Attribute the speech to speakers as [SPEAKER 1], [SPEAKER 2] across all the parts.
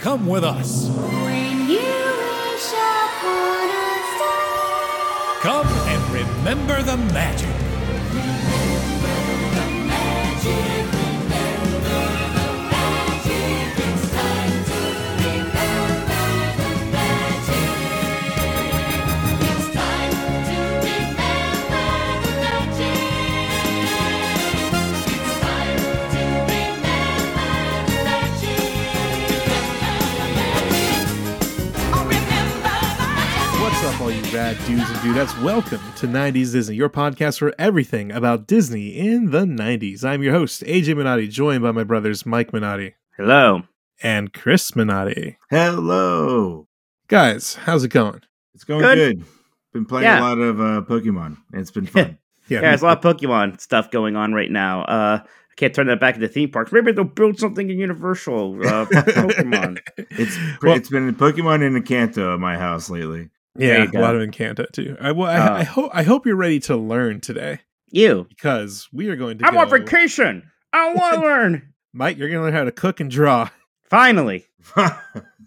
[SPEAKER 1] Come with us.
[SPEAKER 2] When you wish upon a star,
[SPEAKER 1] Come and remember the magic.
[SPEAKER 2] magic, remember the magic. It's time to remember the magic. It's time to remember the magic. It's time to remember the magic.
[SPEAKER 3] What's up, all you rad dudes and dudettes? Welcome to 90s Disney, your podcast for everything about Disney in the 90s. I'm your host, AJ Minotti, joined by my brothers Mike Minotti
[SPEAKER 4] Hello.
[SPEAKER 3] and Chris Minotti.
[SPEAKER 5] Hello.
[SPEAKER 3] Guys, how's it going?
[SPEAKER 5] It's going
[SPEAKER 4] Good.
[SPEAKER 5] good. Been playing
[SPEAKER 4] Yeah.
[SPEAKER 5] a lot of uh, Pokemon, and it's been fun.
[SPEAKER 4] Yeah, there's a lot of Pokemon stuff going on right now. Uh, I can't turn that back into theme parks. Maybe they'll build something in Universal uh, for Pokemon.
[SPEAKER 5] it's pre-
[SPEAKER 3] Well-
[SPEAKER 5] it's been Pokemon and Encanto at my house lately.
[SPEAKER 3] yeah,
[SPEAKER 4] you
[SPEAKER 3] a
[SPEAKER 4] go.
[SPEAKER 3] lot of Encanto too. I, well, I,
[SPEAKER 4] Uh,
[SPEAKER 3] I hope I hope you're ready to learn today
[SPEAKER 4] You.
[SPEAKER 3] because we are going to.
[SPEAKER 4] I'm
[SPEAKER 3] go-
[SPEAKER 4] on vacation. I want to learn.
[SPEAKER 3] Mike. You're going to learn how to cook and draw
[SPEAKER 4] Finally.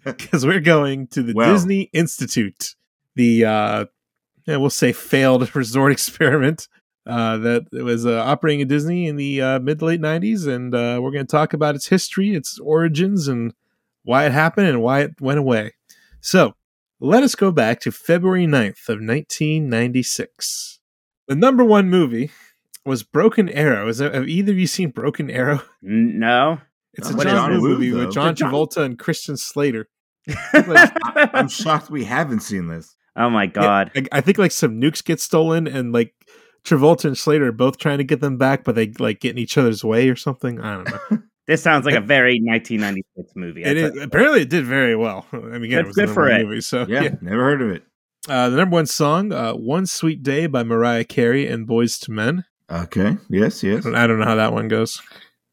[SPEAKER 3] because we're going to the
[SPEAKER 5] Well.
[SPEAKER 3] Disney Institute, the uh, yeah, we'll say failed resort experiment uh, that was uh, operating at Disney in the uh, mid to late '90s, and uh, we're going to talk about its history, its origins, and why it happened and why it went away. So, let us go back to February 9th of 1996. The number one movie was Broken Arrow. Is that, have either of you seen Broken Arrow?
[SPEAKER 4] N- No.
[SPEAKER 3] It's
[SPEAKER 5] Not
[SPEAKER 3] a
[SPEAKER 5] much
[SPEAKER 3] John Woo
[SPEAKER 5] John Woo,
[SPEAKER 3] movie
[SPEAKER 5] though.
[SPEAKER 3] with John
[SPEAKER 4] The John-
[SPEAKER 3] Travolta and Christian Slater.
[SPEAKER 5] I'm shocked we haven't seen this.
[SPEAKER 4] oh my God.
[SPEAKER 3] I, I think like some nukes get stolen and like Travolta and Slater are both trying to get them back, but they like get in each other's way or something. I don't know.
[SPEAKER 4] This sounds like a very 1996 movie.
[SPEAKER 3] it
[SPEAKER 4] That's
[SPEAKER 3] is, apparently it did very well. I mean, again,
[SPEAKER 4] That's
[SPEAKER 3] it was
[SPEAKER 4] good
[SPEAKER 3] a
[SPEAKER 4] for it.
[SPEAKER 3] movie, so
[SPEAKER 5] Yeah, never heard of it.
[SPEAKER 3] Uh, the number one song, uh, "One Sweet Day" by Mariah Carey and Boys to Men.
[SPEAKER 5] Okay. Yes.
[SPEAKER 3] I
[SPEAKER 5] Yes.
[SPEAKER 3] don't, I don't know how that one goes.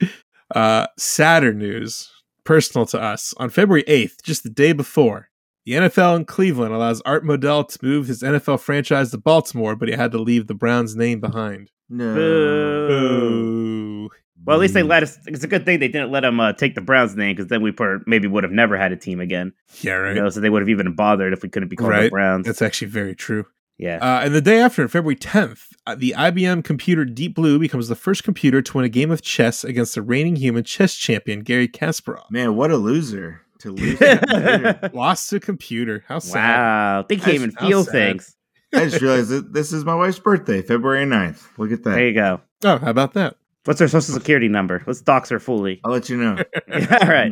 [SPEAKER 3] Uh, sadder news, personal to us. On February eighth, just the day before, the NFL in Cleveland allows Art Modell to move his NFL franchise to Baltimore, but he had to leave the Browns' name behind.
[SPEAKER 5] No.
[SPEAKER 4] Boo.
[SPEAKER 3] Boo.
[SPEAKER 4] Uh, Well, at least
[SPEAKER 3] Mm.
[SPEAKER 4] they let us. It's a good thing they didn't let him uh, take the Browns name because then we per- maybe would have never had a team again.
[SPEAKER 3] Yeah, right.
[SPEAKER 4] You know, so they would have even bothered if we couldn't be called the
[SPEAKER 3] Right.
[SPEAKER 4] Browns.
[SPEAKER 3] That's actually very true.
[SPEAKER 4] yeah.
[SPEAKER 3] Uh, and the day after, February 10th, uh, the IBM computer Deep Blue becomes the first computer to win a game of chess against the reigning human chess champion, Gary Kasparov.
[SPEAKER 5] Man, what a loser to lose. that computer.
[SPEAKER 3] Lost to computer. How sad.
[SPEAKER 4] wow. They can't
[SPEAKER 3] That's-
[SPEAKER 4] even
[SPEAKER 3] how
[SPEAKER 4] feel
[SPEAKER 3] sad.
[SPEAKER 4] things.
[SPEAKER 5] I just realized that this is my wife's birthday, February 9th. Look at that.
[SPEAKER 4] There you go.
[SPEAKER 3] Oh, how about that?
[SPEAKER 4] What's her social security number? Let's dox her fully.
[SPEAKER 5] I'll let you know.
[SPEAKER 4] All right.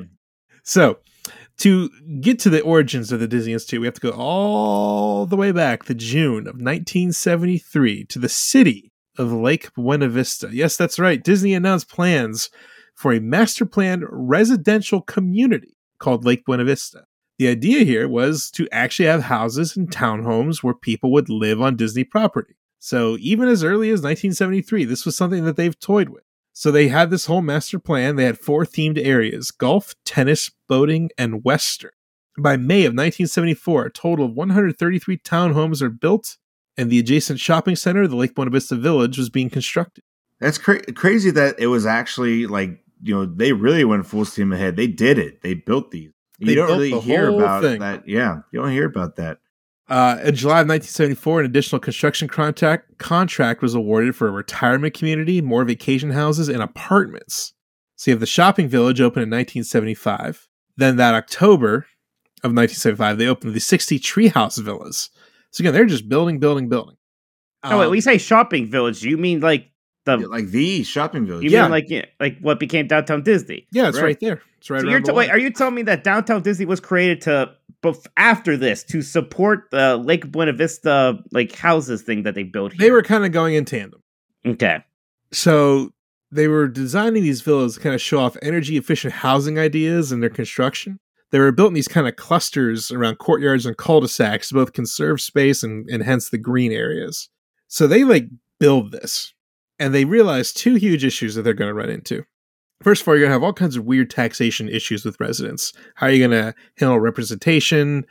[SPEAKER 3] So, to get to the origins of the Disney Institute, we have to go all the way back to June of 1973 to the city of Lake Buena Vista. Yes, that's right. Disney announced plans for a master planned residential community called Lake Buena Vista. The idea here was to actually have houses and townhomes where people would live on Disney property. So, even as early as 1973, this was something that they've toyed with. So they had this whole master plan. They had four themed areas golf, tennis, boating, and Western. By May of 1974, a total of 133 townhomes are built, and the adjacent shopping center, the Lake Buena Vista Village, was being constructed.
[SPEAKER 5] That's cra- crazy that it was actually like you know they really went full steam ahead. They did it. They built these. You
[SPEAKER 3] They
[SPEAKER 5] don't
[SPEAKER 3] built
[SPEAKER 5] really
[SPEAKER 3] the
[SPEAKER 5] hear
[SPEAKER 3] whole
[SPEAKER 5] about
[SPEAKER 3] thing.
[SPEAKER 5] that. Yeah, you don't hear about that.
[SPEAKER 3] Uh, in July of 1974, an additional construction contract contract was awarded for a retirement community, more vacation houses, and apartments. So you have the shopping village open in 1975. Then that October of 1975, they opened the 60 treehouse villas. So again, they're just building, building, building.
[SPEAKER 4] Oh, wait,
[SPEAKER 3] Um,
[SPEAKER 4] when you say shopping village, you mean like the
[SPEAKER 5] Yeah, like the shopping village.
[SPEAKER 4] you
[SPEAKER 3] yeah.
[SPEAKER 4] mean Um, like yeah, like what became downtown Disney?
[SPEAKER 3] yeah, it's right,
[SPEAKER 5] right.
[SPEAKER 3] there. It's right.
[SPEAKER 4] So
[SPEAKER 3] around
[SPEAKER 4] you're
[SPEAKER 3] the
[SPEAKER 4] t- wait,
[SPEAKER 3] line.
[SPEAKER 4] are you telling me that downtown Disney was created to bef- after this to support the Lake Buena Vista like houses thing that they built? Here?
[SPEAKER 3] they were kind of going in tandem.
[SPEAKER 4] okay.
[SPEAKER 3] So they were designing these villas to kind of show off energy efficient housing ideas and their construction. They were built in these kind of clusters around courtyards and cul-de-sacs to both conserve space and, and hence the green areas. So they like build this. And they realize two huge issues that they're going to run into. First of all, you're going to have all kinds of weird taxation issues with residents. How are you going to handle representation?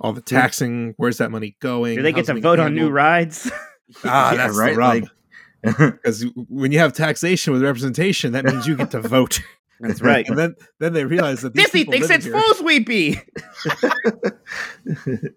[SPEAKER 3] All the taxing, where's that money going?
[SPEAKER 4] Do they get
[SPEAKER 3] How's it
[SPEAKER 4] to
[SPEAKER 3] being
[SPEAKER 4] vote on new
[SPEAKER 3] handled?
[SPEAKER 4] rides?
[SPEAKER 3] Ah, that's the rub.
[SPEAKER 5] Like,
[SPEAKER 3] because when you have taxation with representation, that means you get to vote.
[SPEAKER 4] That's right.
[SPEAKER 3] And then then they realized that these
[SPEAKER 4] Disney
[SPEAKER 3] people
[SPEAKER 4] thinks
[SPEAKER 3] living
[SPEAKER 4] it's
[SPEAKER 3] here-
[SPEAKER 4] Fool's Weepy.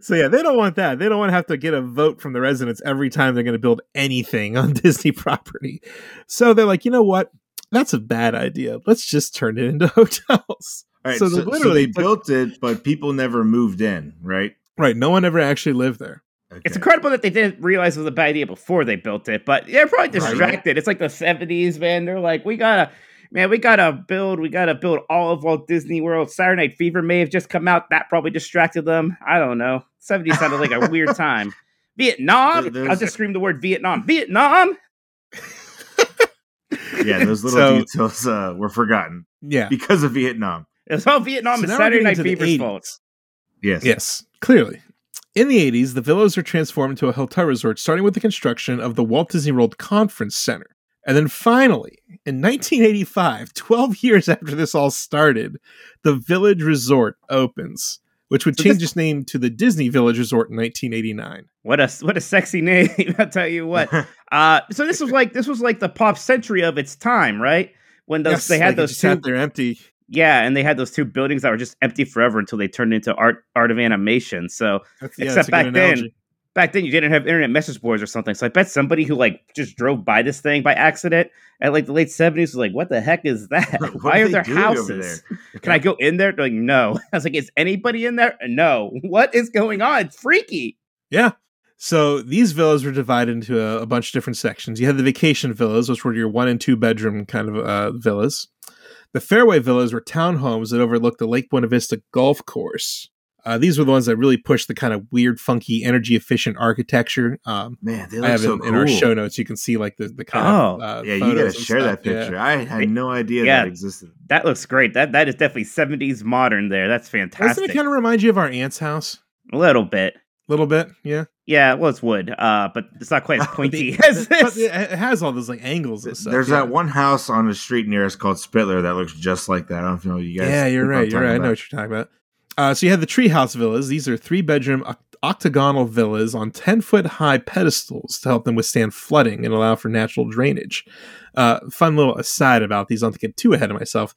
[SPEAKER 3] So yeah, they don't want that. They don't want to have to get a vote from the residents every time they're going to build anything on Disney property. So they're like, you know what? That's a bad idea. Let's just turn it into hotels.
[SPEAKER 5] All right,
[SPEAKER 3] So
[SPEAKER 5] so,
[SPEAKER 3] they
[SPEAKER 5] so
[SPEAKER 3] literally
[SPEAKER 5] they
[SPEAKER 3] took-
[SPEAKER 5] built it, but people never moved in, right?
[SPEAKER 3] Right? No one ever actually lived there.
[SPEAKER 5] Okay.
[SPEAKER 4] It's incredible that they didn't realize it was a bad idea before they built it, but they're probably
[SPEAKER 5] Right.
[SPEAKER 4] distracted. It's like the seventies, man. They're like, we gotta, man, we gotta build, we gotta build all of Walt Disney World. Saturday Night Fever may have just come out. That probably distracted them. I don't know. Seventies sounded like a weird time. Vietnam.
[SPEAKER 5] There- there's-
[SPEAKER 4] I'll just scream the word Vietnam. Vietnam.
[SPEAKER 5] yeah, those little
[SPEAKER 3] So-
[SPEAKER 5] details uh, were forgotten
[SPEAKER 3] Yeah.
[SPEAKER 5] because of Vietnam.
[SPEAKER 4] It was all Vietnam
[SPEAKER 3] So
[SPEAKER 4] and
[SPEAKER 3] now we're
[SPEAKER 4] Saturday
[SPEAKER 3] getting
[SPEAKER 4] Night
[SPEAKER 3] to the
[SPEAKER 4] Fever's
[SPEAKER 3] 80s.
[SPEAKER 4] fault.
[SPEAKER 5] Yes.
[SPEAKER 3] Yes, clearly. In the 80s, the villas were transformed into a hotel resort, starting with the construction of the Walt Disney World Conference Center. And then finally, in 1985, 12 years after this all started, the Village Resort opens, which would
[SPEAKER 4] So
[SPEAKER 3] change
[SPEAKER 4] this-
[SPEAKER 3] its name to the Disney Village Resort in 1989.
[SPEAKER 4] What a what a sexy name! I'll tell you what. Uh, so this was like this was like the pop century of its time, right? When those
[SPEAKER 3] Yes,
[SPEAKER 4] they had
[SPEAKER 3] like, it
[SPEAKER 4] those
[SPEAKER 3] just
[SPEAKER 4] two,
[SPEAKER 3] They're empty.
[SPEAKER 4] yeah, and they had those two buildings that were just empty forever until they turned into art art of animation. So
[SPEAKER 3] That's, yeah,
[SPEAKER 4] Except
[SPEAKER 3] that's a
[SPEAKER 4] back
[SPEAKER 3] good
[SPEAKER 4] then,
[SPEAKER 3] analogy.
[SPEAKER 4] back then you didn't have internet message boards or something. So I bet somebody who like just drove by this thing by accident at like the late seventies was like, "What the heck is that?
[SPEAKER 5] What
[SPEAKER 4] Why
[SPEAKER 5] are
[SPEAKER 4] are
[SPEAKER 5] they
[SPEAKER 4] there
[SPEAKER 5] doing over
[SPEAKER 4] houses? Can I go in there?" They're like, "No." I was like, "Is anybody in there?" No. What is going on? It's freaky.
[SPEAKER 3] So these villas were divided into a, a bunch of different sections. You had the vacation villas, which were your one and two bedroom kind of uh, villas. The fairway villas were townhomes that overlooked the Lake Buena Vista golf course. Uh, these were the ones that really pushed the kind of weird, funky, energy efficient architecture. Um,
[SPEAKER 5] Man, they
[SPEAKER 3] I
[SPEAKER 5] look
[SPEAKER 3] have
[SPEAKER 5] so
[SPEAKER 3] in,
[SPEAKER 5] cool.
[SPEAKER 3] in our show notes, you can see like the, the kind of.
[SPEAKER 4] Oh.
[SPEAKER 3] Uh,
[SPEAKER 5] yeah, you gotta
[SPEAKER 3] photos and
[SPEAKER 5] share
[SPEAKER 3] stuff.
[SPEAKER 5] that
[SPEAKER 3] Yeah.
[SPEAKER 5] picture. I had no idea
[SPEAKER 4] Yeah.
[SPEAKER 5] that existed.
[SPEAKER 4] That looks great. That that is definitely seventies modern. There. That's
[SPEAKER 3] Doesn't
[SPEAKER 4] fantastic.
[SPEAKER 3] it kind of remind you of our aunt's house?
[SPEAKER 4] A little bit.
[SPEAKER 3] A little bit, yeah.
[SPEAKER 4] Yeah, well, it's wood, uh, but it's not quite as
[SPEAKER 5] But
[SPEAKER 4] pointy
[SPEAKER 3] But
[SPEAKER 4] as this.
[SPEAKER 3] it it has all those like angles and
[SPEAKER 5] Th-
[SPEAKER 3] stuff.
[SPEAKER 5] There's
[SPEAKER 3] yeah.
[SPEAKER 5] that one house on the street near us called Spittler that looks just like that. I don't know if you guys.
[SPEAKER 3] Yeah, you're
[SPEAKER 5] know what I'm
[SPEAKER 3] right. You're right.
[SPEAKER 5] talking
[SPEAKER 3] I
[SPEAKER 5] about.
[SPEAKER 3] know what you're talking about. Uh, so you had the treehouse villas. These are three bedroom octagonal villas on 10 foot high pedestals to help them withstand flooding and allow for natural drainage. Uh, fun little aside about these, I don't think I'm too ahead of myself.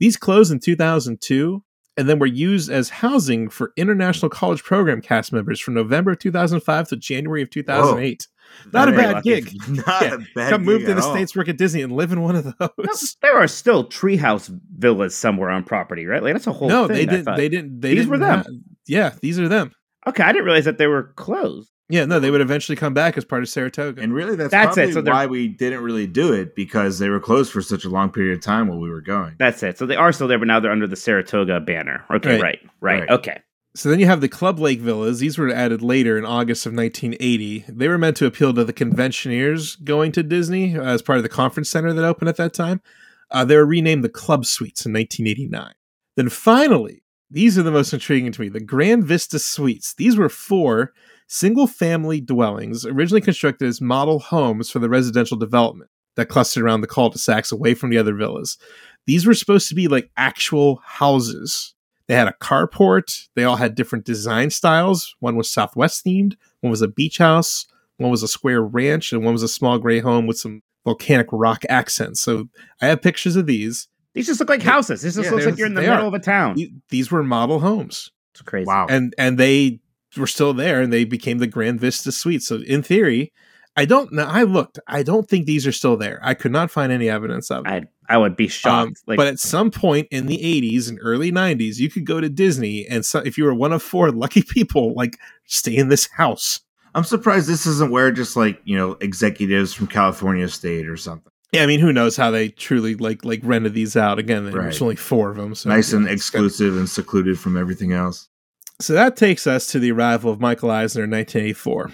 [SPEAKER 3] These closed in 2002 and then were used as housing for international college program cast members from November of 2005 to January of 2008. Not a
[SPEAKER 4] Very
[SPEAKER 3] bad
[SPEAKER 4] lucky.
[SPEAKER 3] gig.
[SPEAKER 5] Not
[SPEAKER 3] Yeah,
[SPEAKER 5] a bad.
[SPEAKER 3] Come move
[SPEAKER 5] gig
[SPEAKER 3] to
[SPEAKER 5] at
[SPEAKER 3] the
[SPEAKER 5] all.
[SPEAKER 3] States, work at Disney, and live in one of
[SPEAKER 4] No,
[SPEAKER 3] those.
[SPEAKER 4] there are still treehouse villas somewhere on property, right? Like that's a whole
[SPEAKER 3] No,
[SPEAKER 4] thing,
[SPEAKER 3] they
[SPEAKER 4] I
[SPEAKER 3] didn't.
[SPEAKER 4] thought.
[SPEAKER 3] They didn't. They
[SPEAKER 4] These were
[SPEAKER 3] didn't
[SPEAKER 4] them.
[SPEAKER 3] have- yeah, these are them.
[SPEAKER 4] okay, I didn't realize that they were closed.
[SPEAKER 3] Yeah, no, they would eventually come back as part of Saratoga.
[SPEAKER 5] And really, that's,
[SPEAKER 4] That's it,
[SPEAKER 5] probably
[SPEAKER 4] so they're-
[SPEAKER 5] why we didn't really do it because they were closed for such a long period of time while we were going.
[SPEAKER 4] That's it. So they are still there, but now they're under the Saratoga banner. Okay,
[SPEAKER 3] Right.
[SPEAKER 4] right, right,
[SPEAKER 5] Right.
[SPEAKER 4] okay.
[SPEAKER 3] so then you have the Club Lake Villas. These were added later in August of 1980. They were meant to appeal to the conventioneers going to Disney uh, as part of the conference center that opened at that time. Uh, they were renamed the Club Suites in 1989. Then finally, these are the most intriguing to me the Grand Vista Suites. These were four single family dwellings originally constructed as model homes for the residential development that clustered around the cul de sacs away from the other villas. These were supposed to be like actual houses. They had a carport. They all had different design styles. One was Southwest themed, one was a beach house, one was a square ranch, and one was a small gray home with some volcanic rock accents. So I have pictures of these.
[SPEAKER 4] These just look like
[SPEAKER 3] Yeah.
[SPEAKER 4] houses. This just
[SPEAKER 3] Yeah,
[SPEAKER 4] looks like
[SPEAKER 3] there's-
[SPEAKER 4] you're in the
[SPEAKER 3] they
[SPEAKER 4] middle
[SPEAKER 3] are.
[SPEAKER 4] of a town.
[SPEAKER 3] The- These were model homes.
[SPEAKER 4] It's crazy.
[SPEAKER 5] Wow.
[SPEAKER 3] And and they were still there and they became the Grand Vista Suites. So in theory, I don't know. I looked. I don't think these are still there. I could not find any evidence of it.
[SPEAKER 4] I I would be shocked.
[SPEAKER 3] Um,
[SPEAKER 4] like,
[SPEAKER 3] but at some point in the 80s and early 90s, you could go to Disney and so, if you were one of four lucky people, like stay in this house.
[SPEAKER 5] I'm surprised this isn't where just like you know executives from California State or something.
[SPEAKER 3] Yeah, I mean, who knows how they truly like like rented these out? Again, there was
[SPEAKER 5] Right.
[SPEAKER 3] only four of them, so
[SPEAKER 5] nice
[SPEAKER 3] yeah,
[SPEAKER 5] and
[SPEAKER 3] it's good.
[SPEAKER 5] exclusive and secluded from everything else.
[SPEAKER 3] So that takes us to the arrival of Michael Eisner in 1984.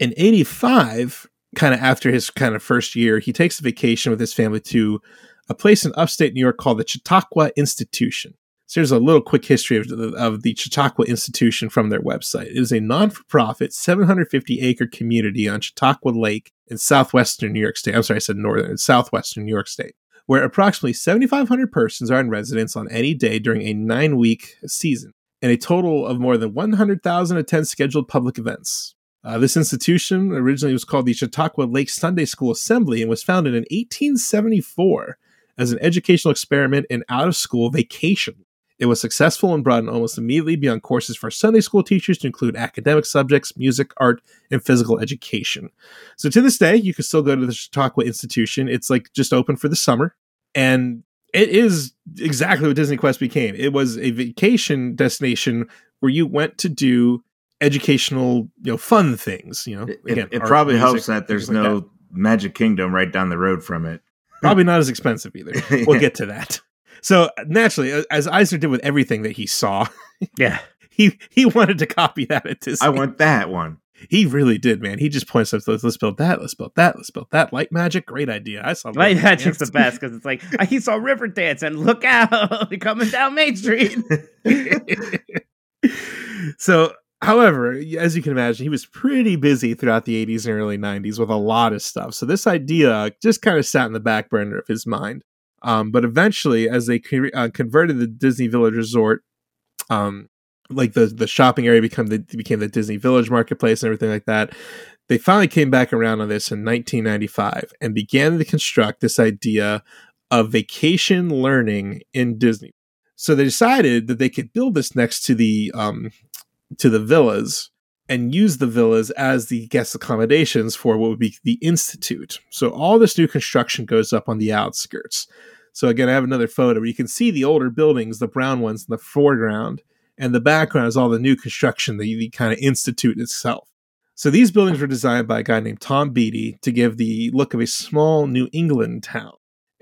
[SPEAKER 3] In 85, kind of after his kind of first year, he takes a vacation with his family to a place in upstate New York called the Chautauqua Institution. So here's a little quick history of the, of the Chautauqua Institution from their website. It is a non for profit 750 acre community on Chautauqua Lake in southwestern New York State. I'm sorry, I said northern, it's southwestern New York State, where approximately 7,500 persons are in residence on any day during a nine week season and a total of more than 100,000 attend scheduled public events. Uh, this institution originally was called the Chautauqua Lake Sunday School Assembly and was founded in 1874 as an educational experiment and out of school vacation. It was successful and broadened almost immediately beyond courses for Sunday school teachers to include academic subjects, music, art, and physical education. So to this day, you can still go to the Chautauqua Institution. It's like just open for the summer. And it is exactly what Disney Quest became. It was a vacation destination where you went to do educational, you know, fun things, you know.
[SPEAKER 5] It,
[SPEAKER 3] Again,
[SPEAKER 5] it
[SPEAKER 3] art,
[SPEAKER 5] probably
[SPEAKER 3] music,
[SPEAKER 5] helps that there's
[SPEAKER 3] things like
[SPEAKER 5] no Magic Kingdom right down the road from it.
[SPEAKER 3] probably not as expensive either. We'll get to that. So naturally, a- as Eisner did with everything that he saw,
[SPEAKER 4] Yeah.
[SPEAKER 3] he he wanted to copy that at Disney.
[SPEAKER 5] I want that one.
[SPEAKER 3] he really did, man. He just points up, let's, let's build that, let's build that, let's build that. Light magic, great idea. I saw
[SPEAKER 4] Light
[SPEAKER 3] light
[SPEAKER 4] Magic's the
[SPEAKER 3] dance.
[SPEAKER 4] best because it's like he saw River Dance and look out, they're coming down Main Street.
[SPEAKER 3] so, however, as you can imagine, he was pretty busy throughout the 80s and early 90s with a lot of stuff. So, this idea just kind of sat in the back burner of his mind. Um, but eventually, as they co- uh, converted the Disney Village Resort, um, like the the shopping area become the became the Disney Village Marketplace and everything like that, they finally came back around on this in 1995 and began to construct this idea of vacation learning in Disney so they decided that they could build this next to the um to the villas and use the villas as the guest accommodations for what would be the institute so all this new construction goes up on the outskirts so again i have another photo where you can see the older buildings the brown ones in the foreground and the background is all the new construction the, the kind of institute itself so these buildings were designed by a guy named tom beatty to give the look of a small new england town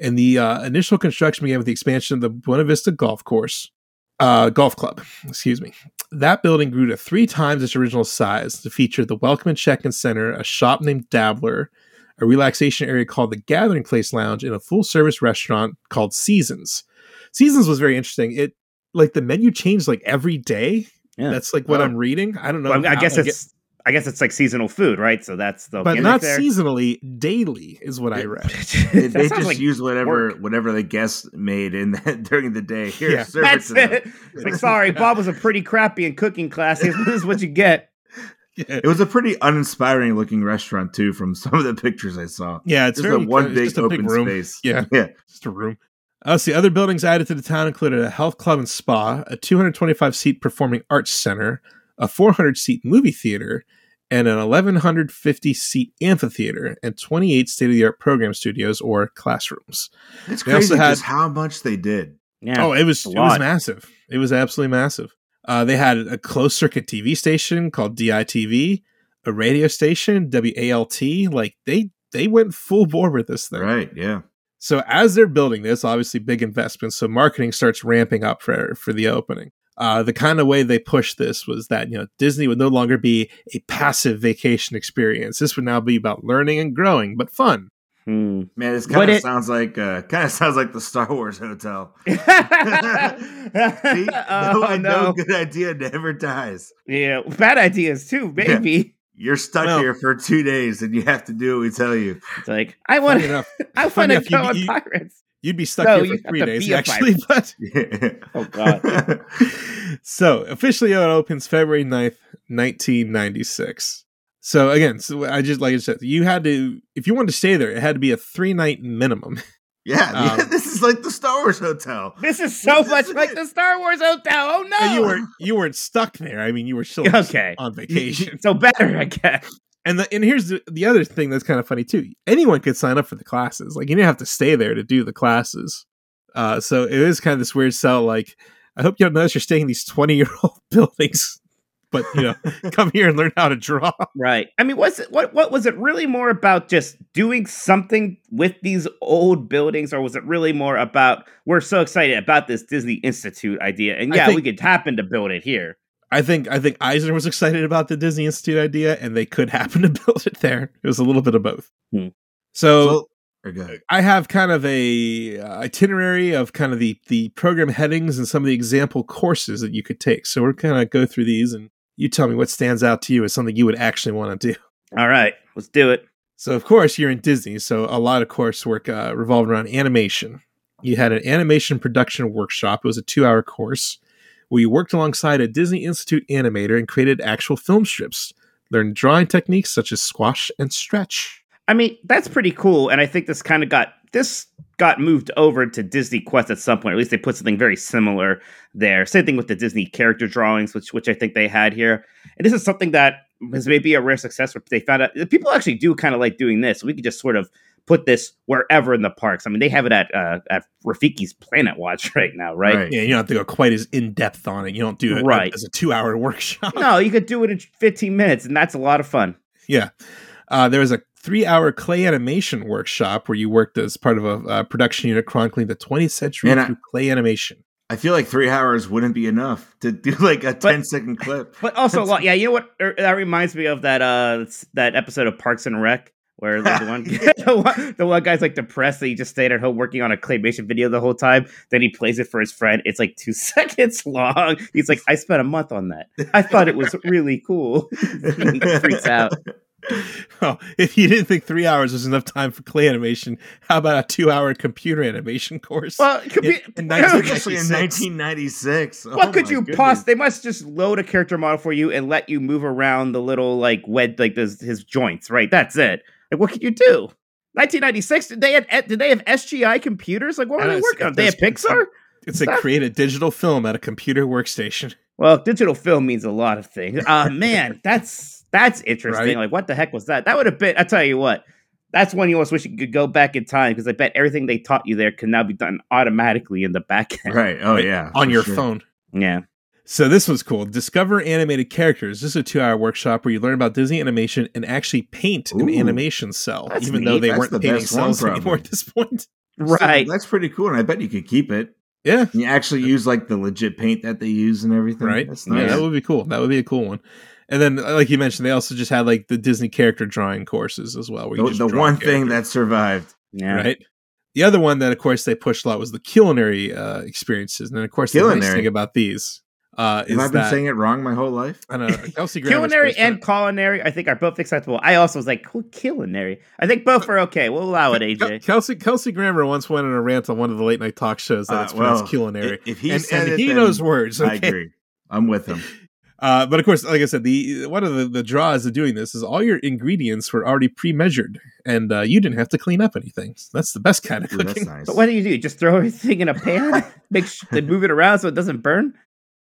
[SPEAKER 3] and the uh, initial construction began with the expansion of the Buena Vista Golf Course, uh, Golf Club, excuse me. That building grew to three times its original size to feature the Welcome and Check-in Center, a shop named Dabbler, a relaxation area called the Gathering Place Lounge, and a full-service restaurant called Seasons. Seasons was very interesting. It like the menu changed like every day.
[SPEAKER 4] Yeah.
[SPEAKER 3] That's like what
[SPEAKER 5] Wow.
[SPEAKER 3] I'm reading. I don't know.
[SPEAKER 4] Well, I
[SPEAKER 3] how-
[SPEAKER 4] guess it's I guess it's like seasonal food, right? So that's the
[SPEAKER 3] but
[SPEAKER 4] gimmick
[SPEAKER 3] not
[SPEAKER 4] there.
[SPEAKER 3] seasonally. Daily is what I read.
[SPEAKER 5] They,
[SPEAKER 4] That
[SPEAKER 5] they
[SPEAKER 4] sounds
[SPEAKER 5] just
[SPEAKER 4] like
[SPEAKER 5] use whatever
[SPEAKER 4] work.
[SPEAKER 5] whatever the guests made in that during the day. Here,
[SPEAKER 3] Yeah.
[SPEAKER 5] serve it
[SPEAKER 4] That's
[SPEAKER 5] to them.
[SPEAKER 4] it. It's like, sorry, Bob was a pretty crappy in cooking class. This is what you get.
[SPEAKER 5] It was a pretty uninspiring looking restaurant too, from some of the pictures I saw.
[SPEAKER 3] Yeah, it's
[SPEAKER 5] just
[SPEAKER 3] very
[SPEAKER 5] a one
[SPEAKER 3] it's
[SPEAKER 5] big
[SPEAKER 3] just a
[SPEAKER 5] open
[SPEAKER 3] big room.
[SPEAKER 5] space.
[SPEAKER 3] Yeah.
[SPEAKER 5] yeah.
[SPEAKER 3] just a room. Uh, see, other buildings added to the town included a health club and spa, a 225 seat performing arts center, a 400 seat movie theater, and an 1150 seat amphitheater, and 28 state of the art program studios or classrooms.
[SPEAKER 5] It's
[SPEAKER 3] They also
[SPEAKER 5] crazy
[SPEAKER 3] had-
[SPEAKER 5] just how much they did.
[SPEAKER 4] Yeah.
[SPEAKER 3] oh, it was
[SPEAKER 4] a
[SPEAKER 3] it was
[SPEAKER 4] lot.
[SPEAKER 3] massive. It was absolutely massive. Uh, they had a closed circuit TV station called DITV, a radio station WALT. Like they they went full bore with this thing.
[SPEAKER 5] Right. Yeah.
[SPEAKER 3] So as they're building this, obviously big investments. So marketing starts ramping up for for the opening. Uh, the kind of way they pushed this was that you know Disney would no longer be a passive vacation experience. This would now be about learning and growing, but fun.
[SPEAKER 4] Hmm.
[SPEAKER 5] Man, this
[SPEAKER 4] But
[SPEAKER 5] kind of
[SPEAKER 4] it-
[SPEAKER 5] sounds like uh, kind of sounds like the Star Wars hotel. See? no,
[SPEAKER 4] oh, no.
[SPEAKER 5] I know good idea never dies.
[SPEAKER 4] Yeah. Bad ideas too,
[SPEAKER 5] Yeah.
[SPEAKER 4] baby.
[SPEAKER 5] You're stuck
[SPEAKER 3] Well-
[SPEAKER 5] here for two days and you have to do what we tell you.
[SPEAKER 4] It's like I want
[SPEAKER 3] Funny
[SPEAKER 4] to
[SPEAKER 3] enough,
[SPEAKER 4] I want
[SPEAKER 3] funny
[SPEAKER 4] to
[SPEAKER 3] enough, you-
[SPEAKER 4] go on
[SPEAKER 3] you-
[SPEAKER 4] pirates.
[SPEAKER 3] you'd be stuck
[SPEAKER 4] No,
[SPEAKER 3] here
[SPEAKER 4] you
[SPEAKER 3] for
[SPEAKER 4] have
[SPEAKER 3] three
[SPEAKER 4] to
[SPEAKER 3] days
[SPEAKER 4] be a
[SPEAKER 3] actually. But
[SPEAKER 4] Oh god.
[SPEAKER 3] so officially, it opens February 9th, nineteen ninety six. So again, so I just like I said, you had to if you wanted to stay there, it had to be a three night minimum.
[SPEAKER 5] yeah,
[SPEAKER 3] Um,
[SPEAKER 5] yeah, this is like the Star Wars hotel.
[SPEAKER 4] This is so
[SPEAKER 5] This
[SPEAKER 4] much
[SPEAKER 5] is
[SPEAKER 4] like
[SPEAKER 5] it.
[SPEAKER 4] the Star Wars hotel. Oh no.
[SPEAKER 3] And you weren't you weren't stuck there. I mean, you were still
[SPEAKER 4] okay.
[SPEAKER 3] on vacation.
[SPEAKER 4] So better, I guess.
[SPEAKER 3] And the, and here's the, the other thing that's kind of funny too. Anyone could sign up for the classes. Like you didn't have to stay there to do the classes. Uh, so it is kind of this weird sell. Like I hope you don't notice you're staying in these twenty year old buildings, but you know, come here and learn how to draw.
[SPEAKER 4] Right. I mean, was it what what was it really more about just doing something with these old buildings, or was it really more about we're so excited about this Disney Institute idea? And
[SPEAKER 3] I
[SPEAKER 4] yeah, we
[SPEAKER 3] think-
[SPEAKER 4] could happen to build it here.
[SPEAKER 3] I think I think Eisner was excited about the Disney Institute idea, and they could happen to build it there. It was a little bit of both.
[SPEAKER 4] Hmm.
[SPEAKER 3] So
[SPEAKER 5] So- or go ahead.
[SPEAKER 3] I have kind of a uh, itinerary of kind of the the program headings and some of the example courses that you could take. So we're kind of go through these and you tell me what stands out to you as something you would actually want to do.
[SPEAKER 4] All right, let's do it.
[SPEAKER 3] So of course you're in Disney, so a lot of coursework uh, revolved around animation. You had an animation production workshop. It was a two-hour course where you worked alongside a Disney Institute animator and created actual film strips, learned drawing techniques such as squash and stretch.
[SPEAKER 4] I mean, that's pretty cool, and I think this kind of got this got moved over to Disney Quest at some point. At least they put something very similar there. Same thing with the Disney character drawings, which which I think they had here. And this is something that was maybe a rare success where they found out that people actually do kind of like doing this. We could just sort of put this wherever in the parks. I mean, they have it at uh, at Rafiki's Planet Watch right now, right?
[SPEAKER 5] Right.
[SPEAKER 3] Yeah, you don't have to go quite as in depth on it. You don't do it
[SPEAKER 4] Right.
[SPEAKER 3] as a two hour workshop.
[SPEAKER 4] No, you could do it in 15 minutes, and that's a lot of fun.
[SPEAKER 3] Yeah. Uh, there was a three hour clay animation workshop where you worked as part of a uh, production unit chronicling the 20th century
[SPEAKER 5] And I-
[SPEAKER 3] through clay animation.
[SPEAKER 5] I feel like three hours wouldn't be enough to do like a
[SPEAKER 4] But-
[SPEAKER 5] 10 second clip.
[SPEAKER 4] But also, a lot, yeah, you know what? er, That reminds me of that uh that episode of Parks and Rec where like, the one the one the one guy's like depressed that he just stayed at home working on a claymation video the whole time. Then he plays it for his friend. It's like two seconds long. He's like, I spent a month on that. I thought it was really cool. he freaks out.
[SPEAKER 3] Oh, if you didn't think three hours was enough time for clay animation, how about a two hour computer animation course?
[SPEAKER 4] Well, it could be-
[SPEAKER 3] In- in
[SPEAKER 5] Especially in 1996.
[SPEAKER 4] What
[SPEAKER 5] Oh
[SPEAKER 4] could
[SPEAKER 5] my
[SPEAKER 4] you
[SPEAKER 5] goodness.
[SPEAKER 4] poss? They must just load a character model for you and let you move around the little like wed like this, his joints, right? That's it. Like, what could you do? 1996. Did they had did they have SGI computers? Like, what
[SPEAKER 3] I
[SPEAKER 4] were they
[SPEAKER 3] don't
[SPEAKER 4] working
[SPEAKER 3] know,
[SPEAKER 4] on? They had
[SPEAKER 3] that's-
[SPEAKER 4] Pixar.
[SPEAKER 3] It's like create a digital film at a computer workstation.
[SPEAKER 4] Well, digital film means a lot of things. Uh man, that's that's interesting.
[SPEAKER 3] Right?
[SPEAKER 4] Like, what the heck was that? That would have been. I tell you what. That's when you almost wish you could go back in time because I bet everything they taught you there can now be done automatically in the back end.
[SPEAKER 5] Right. Oh, yeah.
[SPEAKER 3] on
[SPEAKER 5] for
[SPEAKER 3] your
[SPEAKER 5] sure.
[SPEAKER 3] phone.
[SPEAKER 4] Yeah.
[SPEAKER 3] So this was cool. Discover animated characters. This is a two-hour workshop where you learn about Disney animation and actually paint an
[SPEAKER 5] Ooh.
[SPEAKER 3] animation cell,
[SPEAKER 4] That's
[SPEAKER 3] even though
[SPEAKER 4] neat.
[SPEAKER 3] they
[SPEAKER 5] That's
[SPEAKER 3] weren't
[SPEAKER 5] the
[SPEAKER 3] painting
[SPEAKER 5] best one,
[SPEAKER 3] cells anymore
[SPEAKER 5] probably.
[SPEAKER 3] at this point.
[SPEAKER 5] So
[SPEAKER 4] Right.
[SPEAKER 5] that's pretty cool. And I bet you could keep it.
[SPEAKER 3] Yeah,
[SPEAKER 5] You actually use like the legit paint that they use and everything.
[SPEAKER 3] right.
[SPEAKER 5] Hmm, That's
[SPEAKER 3] Yeah,
[SPEAKER 5] nice.
[SPEAKER 3] that would be cool. That would be a cool one. And then, uh, like you mentioned, they also just had like the Disney character drawing courses as well. Where you
[SPEAKER 5] The,
[SPEAKER 3] just
[SPEAKER 5] the
[SPEAKER 3] draw
[SPEAKER 5] one
[SPEAKER 3] a
[SPEAKER 5] thing
[SPEAKER 3] character.
[SPEAKER 5] that survived.
[SPEAKER 4] Yeah.
[SPEAKER 3] right? The other one that, of course, they pushed a lot was the culinary uh, experiences, and then, of course, the nice
[SPEAKER 5] Culinary.
[SPEAKER 3] thing about these uh, is
[SPEAKER 5] Have I been
[SPEAKER 3] that
[SPEAKER 5] saying it wrong my whole life?
[SPEAKER 3] I don't know, Kelsey Grammer's
[SPEAKER 4] culinary
[SPEAKER 3] supposed to-
[SPEAKER 4] and culinary, I think, are both acceptable. I also was like, cool, culinary. I think both are okay. We'll allow it,
[SPEAKER 3] Kel-
[SPEAKER 4] AJ.
[SPEAKER 3] Kelsey Kelsey Grammer once went on a rant on one of the late night talk shows that
[SPEAKER 5] Uh,
[SPEAKER 3] it's pronounced
[SPEAKER 5] well,
[SPEAKER 3] culinary,
[SPEAKER 5] If he
[SPEAKER 3] and,
[SPEAKER 5] said
[SPEAKER 3] and
[SPEAKER 5] it,
[SPEAKER 3] he
[SPEAKER 5] then
[SPEAKER 3] knows words.
[SPEAKER 5] I
[SPEAKER 3] okay?
[SPEAKER 5] agree. I'm with him.
[SPEAKER 3] Uh, but of course, like I said, the one of the, the draws of doing this is all your ingredients were already pre-measured, and uh, you didn't have to clean up anything. So that's the best kind of
[SPEAKER 5] Ooh,
[SPEAKER 3] cooking.
[SPEAKER 5] that's nice.
[SPEAKER 4] But what do you do? Just throw everything in a pan? Make sure they move it around so it doesn't burn?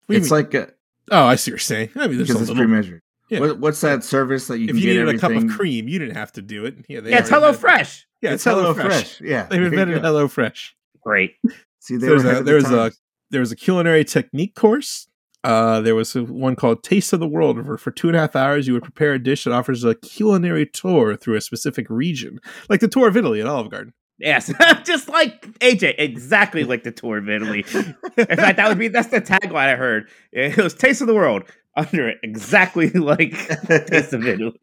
[SPEAKER 3] What do you
[SPEAKER 5] it's
[SPEAKER 3] mean?
[SPEAKER 5] like a,
[SPEAKER 3] oh, I see what you're saying. I mean, there's a
[SPEAKER 5] because it's
[SPEAKER 3] little.
[SPEAKER 5] pre-measured.
[SPEAKER 3] Yeah.
[SPEAKER 5] What, what's that service that you
[SPEAKER 3] if
[SPEAKER 5] can
[SPEAKER 3] you
[SPEAKER 5] get
[SPEAKER 3] needed a cup
[SPEAKER 5] everything?
[SPEAKER 3] of cream, you didn't have to do it. Yeah, they
[SPEAKER 4] yeah, it's
[SPEAKER 3] already
[SPEAKER 4] Hello
[SPEAKER 3] had-
[SPEAKER 4] Fresh.
[SPEAKER 3] Yeah, it's, Hello Fresh.
[SPEAKER 5] Yeah,
[SPEAKER 3] They've
[SPEAKER 5] there you
[SPEAKER 3] invented
[SPEAKER 5] go.
[SPEAKER 3] Hello Fresh.
[SPEAKER 4] Great.
[SPEAKER 5] See, they
[SPEAKER 3] There's
[SPEAKER 5] were
[SPEAKER 3] a-
[SPEAKER 5] ahead of the
[SPEAKER 3] there's a-
[SPEAKER 5] times.
[SPEAKER 3] There was a culinary technique course. Uh, there was a- one called Taste of the World, where for two and a half hours you would prepare a dish that offers a culinary tour through a specific region, like the tour of Italy at Olive Garden.
[SPEAKER 4] Yes. Just like AJ, exactly like the tour of Italy. In fact, that would be that's the tagline I heard. It was Taste of the World under it, exactly like Taste of Italy.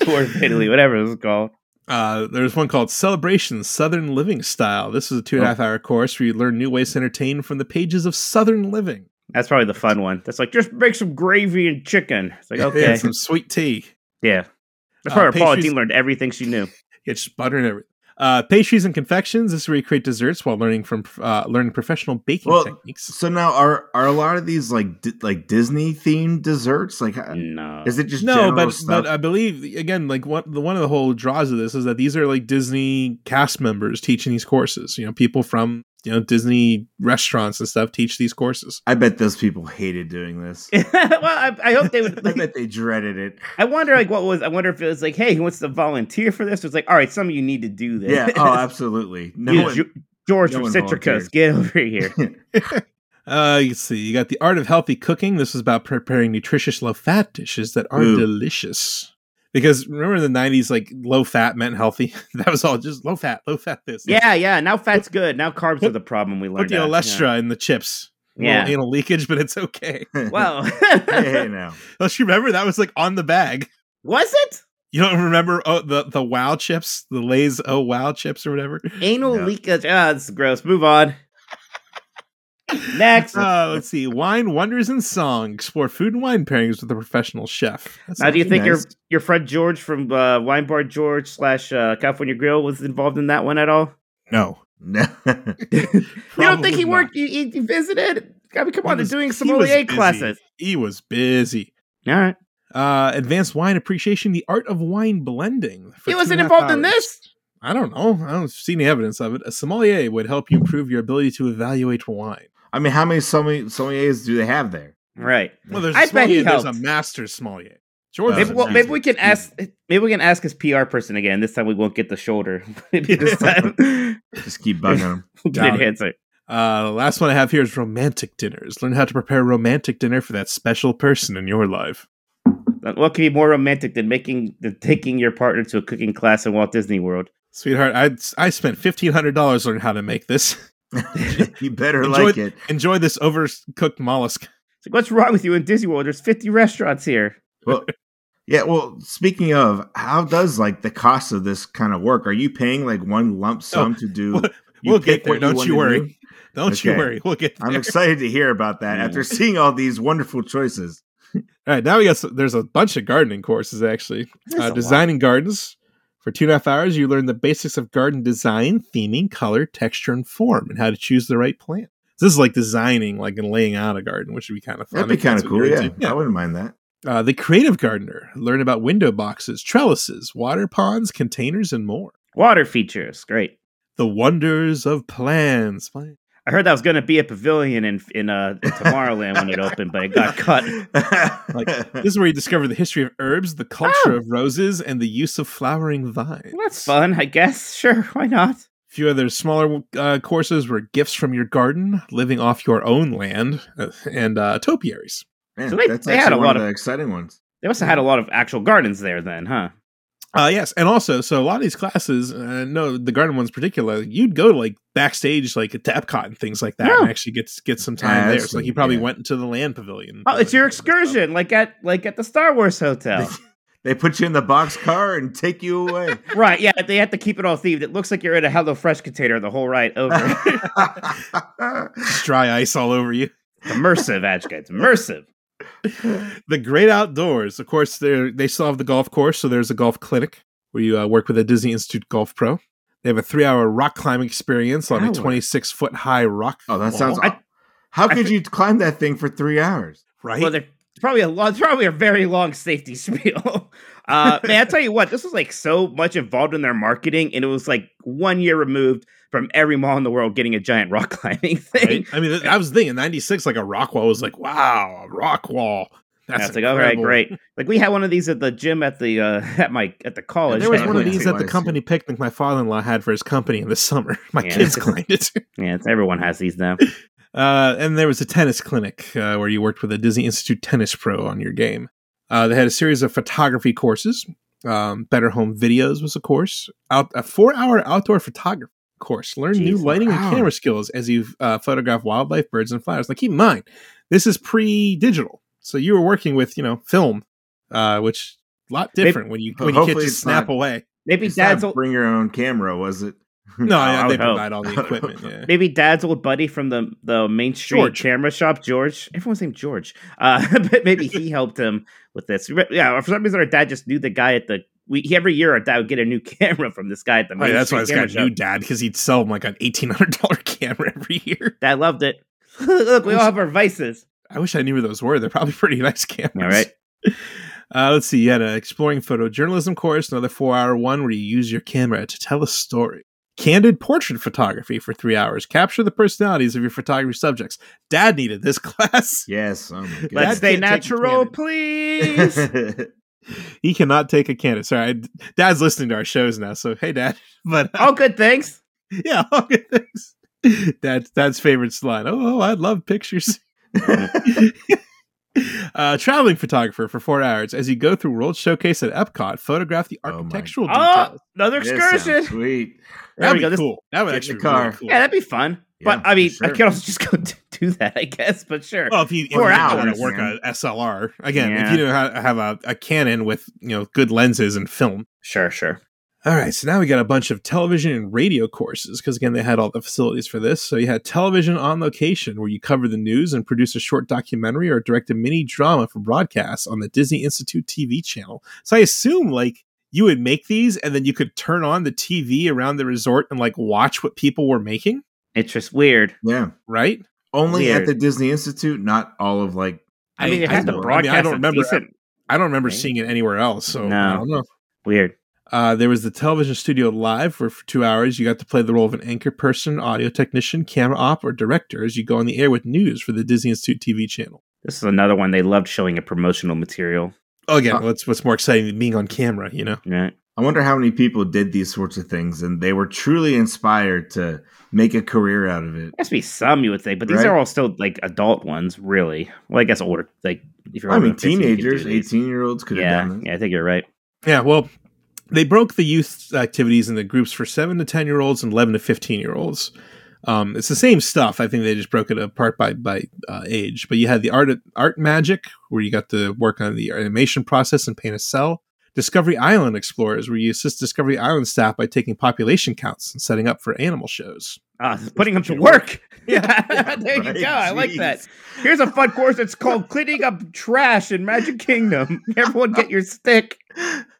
[SPEAKER 4] tour of Italy, whatever it was called.
[SPEAKER 3] Uh, there's one called Celebration Southern Living Style. This is a two and a
[SPEAKER 5] Oh.
[SPEAKER 3] half hour course where you learn new ways to entertain from the pages of Southern living.
[SPEAKER 4] That's probably the fun one. That's like just make some gravy and chicken. It's like okay,
[SPEAKER 3] Yeah,
[SPEAKER 4] yeah.
[SPEAKER 3] some sweet tea.
[SPEAKER 4] That's
[SPEAKER 3] Uh,
[SPEAKER 4] probably where Paula
[SPEAKER 3] pastries-
[SPEAKER 4] Dean learned everything she knew.
[SPEAKER 3] Yeah, just butter and everything. Uh, pastries and confections. This is where you create desserts while learning from uh, learning professional baking
[SPEAKER 5] Well,
[SPEAKER 3] techniques.
[SPEAKER 5] So now are are a lot of these like di- like Disney themed desserts? Like how-
[SPEAKER 4] No,
[SPEAKER 5] Uh, is it just
[SPEAKER 3] No,
[SPEAKER 5] general
[SPEAKER 3] but
[SPEAKER 5] stuff?
[SPEAKER 3] but uh, I believe again, like one the one of the whole draws of this is that these are like Disney cast members teaching these courses. You know, people from you know Disney restaurants and stuff teach these courses.
[SPEAKER 5] I bet those people hated doing this.
[SPEAKER 4] well, I, I hope they would.
[SPEAKER 5] I bet they dreaded it.
[SPEAKER 4] I wonder, like, what was? I wonder if it was like, hey, who wants to volunteer for this? It's like, all right, some of you need to do this.
[SPEAKER 5] Yeah. Oh, absolutely. No
[SPEAKER 4] You,
[SPEAKER 5] one-
[SPEAKER 4] Ge- George
[SPEAKER 5] no
[SPEAKER 4] from
[SPEAKER 5] one
[SPEAKER 4] Citricos,
[SPEAKER 5] volunteers.
[SPEAKER 4] get over here.
[SPEAKER 3] Uh, you see, you got the art of healthy cooking. This is about preparing nutritious low fat dishes that are
[SPEAKER 5] Ooh.
[SPEAKER 3] delicious. Because remember in the nineties, like low fat meant healthy. that was all just low fat, low fat. This,
[SPEAKER 4] yeah, yeah. Now fat's good. Now carbs are the problem. We
[SPEAKER 3] Put
[SPEAKER 4] learned.
[SPEAKER 3] the
[SPEAKER 4] that.
[SPEAKER 3] Olestra in the chips.
[SPEAKER 4] Yeah.
[SPEAKER 3] Little anal leakage, but it's okay.
[SPEAKER 4] Yeah. Wow.
[SPEAKER 5] hey, hey, now.
[SPEAKER 3] Don't you remember that was like on the bag?
[SPEAKER 4] was it
[SPEAKER 3] You don't remember oh, the the Wow chips, the Lay's Oh Wow chips or whatever.
[SPEAKER 4] anal
[SPEAKER 5] No.
[SPEAKER 4] leakage? Ah, it's gross. Move on. Next.
[SPEAKER 3] Uh, let's see, wine wonders and song. Explore food and wine pairings with a professional chef. That's
[SPEAKER 4] Now, do you
[SPEAKER 5] That'd
[SPEAKER 4] think
[SPEAKER 5] be
[SPEAKER 4] your
[SPEAKER 5] nice.
[SPEAKER 4] your friend George from uh, Wine Bar George slash uh, California Grill was involved in that one at all?
[SPEAKER 3] no?
[SPEAKER 5] No.
[SPEAKER 4] you don't think
[SPEAKER 3] Probably
[SPEAKER 4] he
[SPEAKER 3] not.
[SPEAKER 4] worked? He, he- he visited? I mean, come
[SPEAKER 3] He
[SPEAKER 4] on, they're
[SPEAKER 3] was-
[SPEAKER 4] doing
[SPEAKER 3] he was busy.
[SPEAKER 4] sommelier classes.
[SPEAKER 3] He was busy.
[SPEAKER 4] All right.
[SPEAKER 3] Uh, Advanced Wine Appreciation: The Art of Wine Blending. for
[SPEAKER 4] He
[SPEAKER 3] two
[SPEAKER 4] wasn't
[SPEAKER 3] and a half
[SPEAKER 4] involved in
[SPEAKER 3] hours.
[SPEAKER 4] this.
[SPEAKER 3] I don't know. I don't see any evidence of it. A sommelier would help you improve your ability to evaluate wine.
[SPEAKER 5] I mean, how many sommel- sommeliers do they have there?
[SPEAKER 4] Right.
[SPEAKER 3] Well, there's a
[SPEAKER 4] I bet
[SPEAKER 3] sommelier,
[SPEAKER 4] he
[SPEAKER 3] there's a
[SPEAKER 4] helped.
[SPEAKER 3] master sommelier. George,
[SPEAKER 4] Maybe,
[SPEAKER 3] maybe,
[SPEAKER 5] Uh,
[SPEAKER 4] well, maybe we can
[SPEAKER 5] Excuse
[SPEAKER 4] ask. Hmm. Maybe we can ask his PR person again. This time we won't get the shoulder. maybe this time we'll
[SPEAKER 5] Just keep bugging them.
[SPEAKER 4] get
[SPEAKER 3] Doubt
[SPEAKER 4] an
[SPEAKER 3] it.
[SPEAKER 4] answer.
[SPEAKER 3] uh, the last one I have here is romantic dinners. Learn how to prepare a romantic dinner for that special person in your life.
[SPEAKER 4] Like, What could be more romantic than making than taking your partner to a cooking class in Walt Disney World?
[SPEAKER 3] Sweetheart, I I spent fifteen hundred dollars learning how to make this.
[SPEAKER 5] you better
[SPEAKER 3] Enjoy-
[SPEAKER 5] like it.
[SPEAKER 3] Enjoy this overcooked mollusk.
[SPEAKER 4] It's like, what's wrong with you in Disney World? There's 50 restaurants here.
[SPEAKER 5] Well, yeah. Well, speaking of, how does like the cost of this kind of work? Are you paying like one lump sum to do?
[SPEAKER 3] Oh, We'll,
[SPEAKER 5] you
[SPEAKER 3] we'll get
[SPEAKER 5] pick
[SPEAKER 3] there.
[SPEAKER 5] what
[SPEAKER 3] Don't
[SPEAKER 5] want
[SPEAKER 3] you
[SPEAKER 5] to
[SPEAKER 3] worry.
[SPEAKER 5] do?
[SPEAKER 3] Don't you
[SPEAKER 5] Okay.
[SPEAKER 3] worry. We'll get there.
[SPEAKER 5] I'm excited to hear about that after seeing all these wonderful choices.
[SPEAKER 3] All right, now we got some, there's a bunch of gardening courses actually.
[SPEAKER 4] a
[SPEAKER 3] Uh,
[SPEAKER 4] lot.
[SPEAKER 3] designing gardens for two and a half hours, you learn the basics of garden design, theming, color, texture, and form, and how to choose the right plant. So this is like designing, like and laying out a garden, which would be kind of fun.
[SPEAKER 5] That'd be
[SPEAKER 3] if that's
[SPEAKER 5] kind of
[SPEAKER 3] what
[SPEAKER 5] cool.
[SPEAKER 3] you're
[SPEAKER 5] Yeah,
[SPEAKER 3] into.
[SPEAKER 5] I wouldn't mind that.
[SPEAKER 3] Uh, the creative gardener learn about window boxes, trellises, water ponds, containers, and more.
[SPEAKER 4] Water features, great.
[SPEAKER 3] The wonders of plans. Plan-
[SPEAKER 4] I heard that was going to be a pavilion in in uh in Tomorrowland when it opened, but it got cut.
[SPEAKER 3] Like, This is where you discover the history of herbs, the culture
[SPEAKER 4] Oh.
[SPEAKER 3] of roses, and the use of flowering vines.
[SPEAKER 4] Well, that's fun, I guess. Sure, why not?
[SPEAKER 3] few other smaller uh, courses were gifts from your garden, living off your own land, uh, and uh, topiaries.
[SPEAKER 5] Man,
[SPEAKER 4] So they-
[SPEAKER 5] that's
[SPEAKER 4] they
[SPEAKER 5] actually
[SPEAKER 4] had a
[SPEAKER 5] one
[SPEAKER 4] lot
[SPEAKER 5] of
[SPEAKER 4] of-
[SPEAKER 5] the exciting ones.
[SPEAKER 4] They must have had a lot of actual gardens there then, huh?
[SPEAKER 3] Uh, yes, and also, so a lot of these classes, uh, no, the garden ones in particular, you'd go like backstage, like to Epcot and things like that,
[SPEAKER 4] Yeah.
[SPEAKER 3] and actually get get some time there. So, like,
[SPEAKER 5] Absolutely,
[SPEAKER 3] you probably
[SPEAKER 5] yeah.
[SPEAKER 3] went to the land pavilion.
[SPEAKER 4] Oh, it's your excursion, like at like at the Star Wars hotel.
[SPEAKER 5] They put you in the box car and take you away.
[SPEAKER 4] right, yeah, they have to keep it all themed. It looks like you're in a Hello Fresh container the whole ride over.
[SPEAKER 3] It's dry ice all over you.
[SPEAKER 4] immersive, Ashka. It's immersive.
[SPEAKER 3] The great outdoors, of course, they they still have the golf course, so there's a golf clinic where you uh, work with a Disney Institute golf pro. They have a three-hour rock climbing experience on a
[SPEAKER 4] Hour.
[SPEAKER 3] 26-foot high rock.
[SPEAKER 5] oh, that
[SPEAKER 3] wall.
[SPEAKER 5] sounds.
[SPEAKER 4] I-
[SPEAKER 5] how
[SPEAKER 4] I
[SPEAKER 5] could you climb that thing for three hours?
[SPEAKER 3] right?
[SPEAKER 4] Well, they're probably a long, probably a very long safety spiel. Uh, man, I tell you what, this was like so much involved in their marketing, and it was like one year removed from every mall in the world getting a giant rock climbing thing.
[SPEAKER 3] Right? I mean, th- I was thinking '96, like a rock wall was like, wow, a rock wall. That's
[SPEAKER 4] That's like, all right,
[SPEAKER 3] incredible.
[SPEAKER 4] great. Like we had one of these at the gym at the uh, at my at the college.
[SPEAKER 3] There was one of
[SPEAKER 5] Exactly.
[SPEAKER 3] these at the
[SPEAKER 5] NYC.
[SPEAKER 3] company picnic my father-in-law had for his company in the summer. My
[SPEAKER 4] Yeah.
[SPEAKER 3] kids climbed it.
[SPEAKER 4] Yeah, it's, everyone has these now.
[SPEAKER 3] Uh, and there was a tennis clinic uh, where you worked with a Disney Institute tennis pro on your game. Uh, they had a series of photography courses. Um, Better Home Videos was a course. Out a four-hour outdoor photography course. Learn new
[SPEAKER 4] Jeez,
[SPEAKER 3] lighting
[SPEAKER 5] wow.
[SPEAKER 3] and camera skills as you uh, photograph wildlife, birds, and flowers. Now, keep in mind, this is pre-digital, so you were working with you know film, uh, which a lot
[SPEAKER 4] Maybe-
[SPEAKER 3] different when you when you can't
[SPEAKER 5] Hopefully
[SPEAKER 3] just
[SPEAKER 5] it's
[SPEAKER 3] snap
[SPEAKER 5] not-
[SPEAKER 3] away.
[SPEAKER 4] Maybe
[SPEAKER 5] It's
[SPEAKER 4] dad's
[SPEAKER 5] not
[SPEAKER 4] old,
[SPEAKER 5] bring your own camera, was it?
[SPEAKER 3] No,
[SPEAKER 4] I
[SPEAKER 3] yeah,
[SPEAKER 4] would
[SPEAKER 3] they
[SPEAKER 4] hope.
[SPEAKER 3] provide all the equipment. Yeah.
[SPEAKER 4] maybe dad's old buddy from the the Main Street
[SPEAKER 3] George.
[SPEAKER 4] camera shop, George. Everyone's named George. Uh, but maybe he helped him with this. Re- Yeah, for some reason our dad just knew the guy at the. We, every year our dad would get a new camera from this guy at the.
[SPEAKER 3] Oh,
[SPEAKER 4] Main
[SPEAKER 3] yeah, that's
[SPEAKER 4] Street
[SPEAKER 3] why this guy
[SPEAKER 4] camera
[SPEAKER 3] knew
[SPEAKER 4] shop.
[SPEAKER 3] dad because he'd sell him like an eighteen hundred dollar camera every year.
[SPEAKER 4] Dad loved it. Look, we all have our vices.
[SPEAKER 3] I wish I knew where those were. They're probably pretty nice cameras.
[SPEAKER 4] All right.
[SPEAKER 3] Uh, let's see. You had an exploring photojournalism course, another four hour one where you use your camera to tell a story. Candid portrait photography for three hours. Capture the personalities of your photography subjects. Dad needed this class.
[SPEAKER 5] Yes. Oh my
[SPEAKER 3] Dad
[SPEAKER 4] Let's
[SPEAKER 5] God.
[SPEAKER 4] stay
[SPEAKER 3] can't take the
[SPEAKER 4] natural,
[SPEAKER 3] cannon.
[SPEAKER 4] please.
[SPEAKER 3] He cannot take a candid. Sorry, I- Dad's listening to our shows now. So hey, Dad. But uh,
[SPEAKER 4] all good things.
[SPEAKER 3] yeah, all good things. Dad, Dad's favorite slide. Oh, oh, I love pictures. uh, traveling photographer for four hours as you go through World Showcase at Epcot, photograph the
[SPEAKER 5] Oh my-
[SPEAKER 3] architectural
[SPEAKER 4] Oh,
[SPEAKER 3] details.
[SPEAKER 4] another
[SPEAKER 5] This sounds
[SPEAKER 4] excursion.
[SPEAKER 5] Sweet.
[SPEAKER 4] There
[SPEAKER 3] That'd
[SPEAKER 4] we go.
[SPEAKER 3] be
[SPEAKER 4] This-
[SPEAKER 3] cool. That would
[SPEAKER 5] Get in
[SPEAKER 3] actually
[SPEAKER 5] the
[SPEAKER 3] be really
[SPEAKER 5] car.
[SPEAKER 3] cool.
[SPEAKER 4] Yeah, that'd be fun.
[SPEAKER 5] Yeah,
[SPEAKER 4] but I mean,
[SPEAKER 5] for
[SPEAKER 4] I
[SPEAKER 5] sure.
[SPEAKER 4] could also just go do, do that, I guess. But sure.
[SPEAKER 3] well, if you, if you
[SPEAKER 4] Four
[SPEAKER 3] know how to
[SPEAKER 5] hours,
[SPEAKER 3] work
[SPEAKER 5] man.
[SPEAKER 3] a SLR again, if
[SPEAKER 4] Yeah.
[SPEAKER 3] you know how to have a, a Canon with you know good lenses and film.
[SPEAKER 4] sure, sure.
[SPEAKER 3] All right, so now we got a bunch of television and radio courses because again they had all the facilities for this. So you had television on location where you cover the news and produce a short documentary or direct a mini drama for broadcast on the Disney Institute TV channel. So I assume like you would make these and then you could turn on the TV around the resort and like watch what people were making,
[SPEAKER 4] It's just weird.
[SPEAKER 5] Yeah.
[SPEAKER 3] right?
[SPEAKER 5] Only at
[SPEAKER 4] Weird.
[SPEAKER 5] the Disney Institute, not all of like.
[SPEAKER 4] I mean, they
[SPEAKER 5] I- I
[SPEAKER 4] have
[SPEAKER 5] know.
[SPEAKER 4] to
[SPEAKER 5] I mean,
[SPEAKER 3] I
[SPEAKER 4] broadcast
[SPEAKER 3] don't
[SPEAKER 4] a
[SPEAKER 3] remember-
[SPEAKER 4] decent
[SPEAKER 3] I don't remember
[SPEAKER 4] Right.
[SPEAKER 3] seeing it anywhere else. So
[SPEAKER 4] No.
[SPEAKER 3] I don't know.
[SPEAKER 4] Weird.
[SPEAKER 3] Uh, there was the television studio live where for two hours you got to play the role of an anchor person, audio technician, camera op, or director as you go on the air with news for the Disney Institute TV channel.
[SPEAKER 4] This is another one they loved showing a promotional material.
[SPEAKER 3] Oh, again,
[SPEAKER 5] Uh,
[SPEAKER 3] what's what's more exciting than being on camera, you know?
[SPEAKER 4] Right.
[SPEAKER 5] I wonder how many people did these sorts of things and they were truly inspired to make a career out of it.
[SPEAKER 4] Must be some you would think, but these
[SPEAKER 5] Right.
[SPEAKER 4] are all still like adult ones, really. Well, I guess older, like if you're
[SPEAKER 5] I
[SPEAKER 4] older
[SPEAKER 5] mean,
[SPEAKER 4] than 15, you could do
[SPEAKER 5] teenagers,
[SPEAKER 4] these.
[SPEAKER 5] 18 year olds could
[SPEAKER 4] Yeah,
[SPEAKER 5] have done this.
[SPEAKER 4] yeah, I think you're right.
[SPEAKER 3] Yeah, well, they broke the youth activities into groups for seven to ten year olds and eleven to fifteen year olds. Um, it's the same stuff. I think they just broke it apart by by uh, age. But you had the art art magic, where you got to work on the animation process and paint a cell. Discovery Island explorers, where you assist Discovery Island staff by taking population counts and setting up for animal shows.
[SPEAKER 4] Ah, putting them to work. Yeah, there
[SPEAKER 5] right,
[SPEAKER 4] you go. I like
[SPEAKER 5] jeez.
[SPEAKER 4] that. Here's a fun course. It's called cleaning up trash in Magic Kingdom. Everyone, get your stick.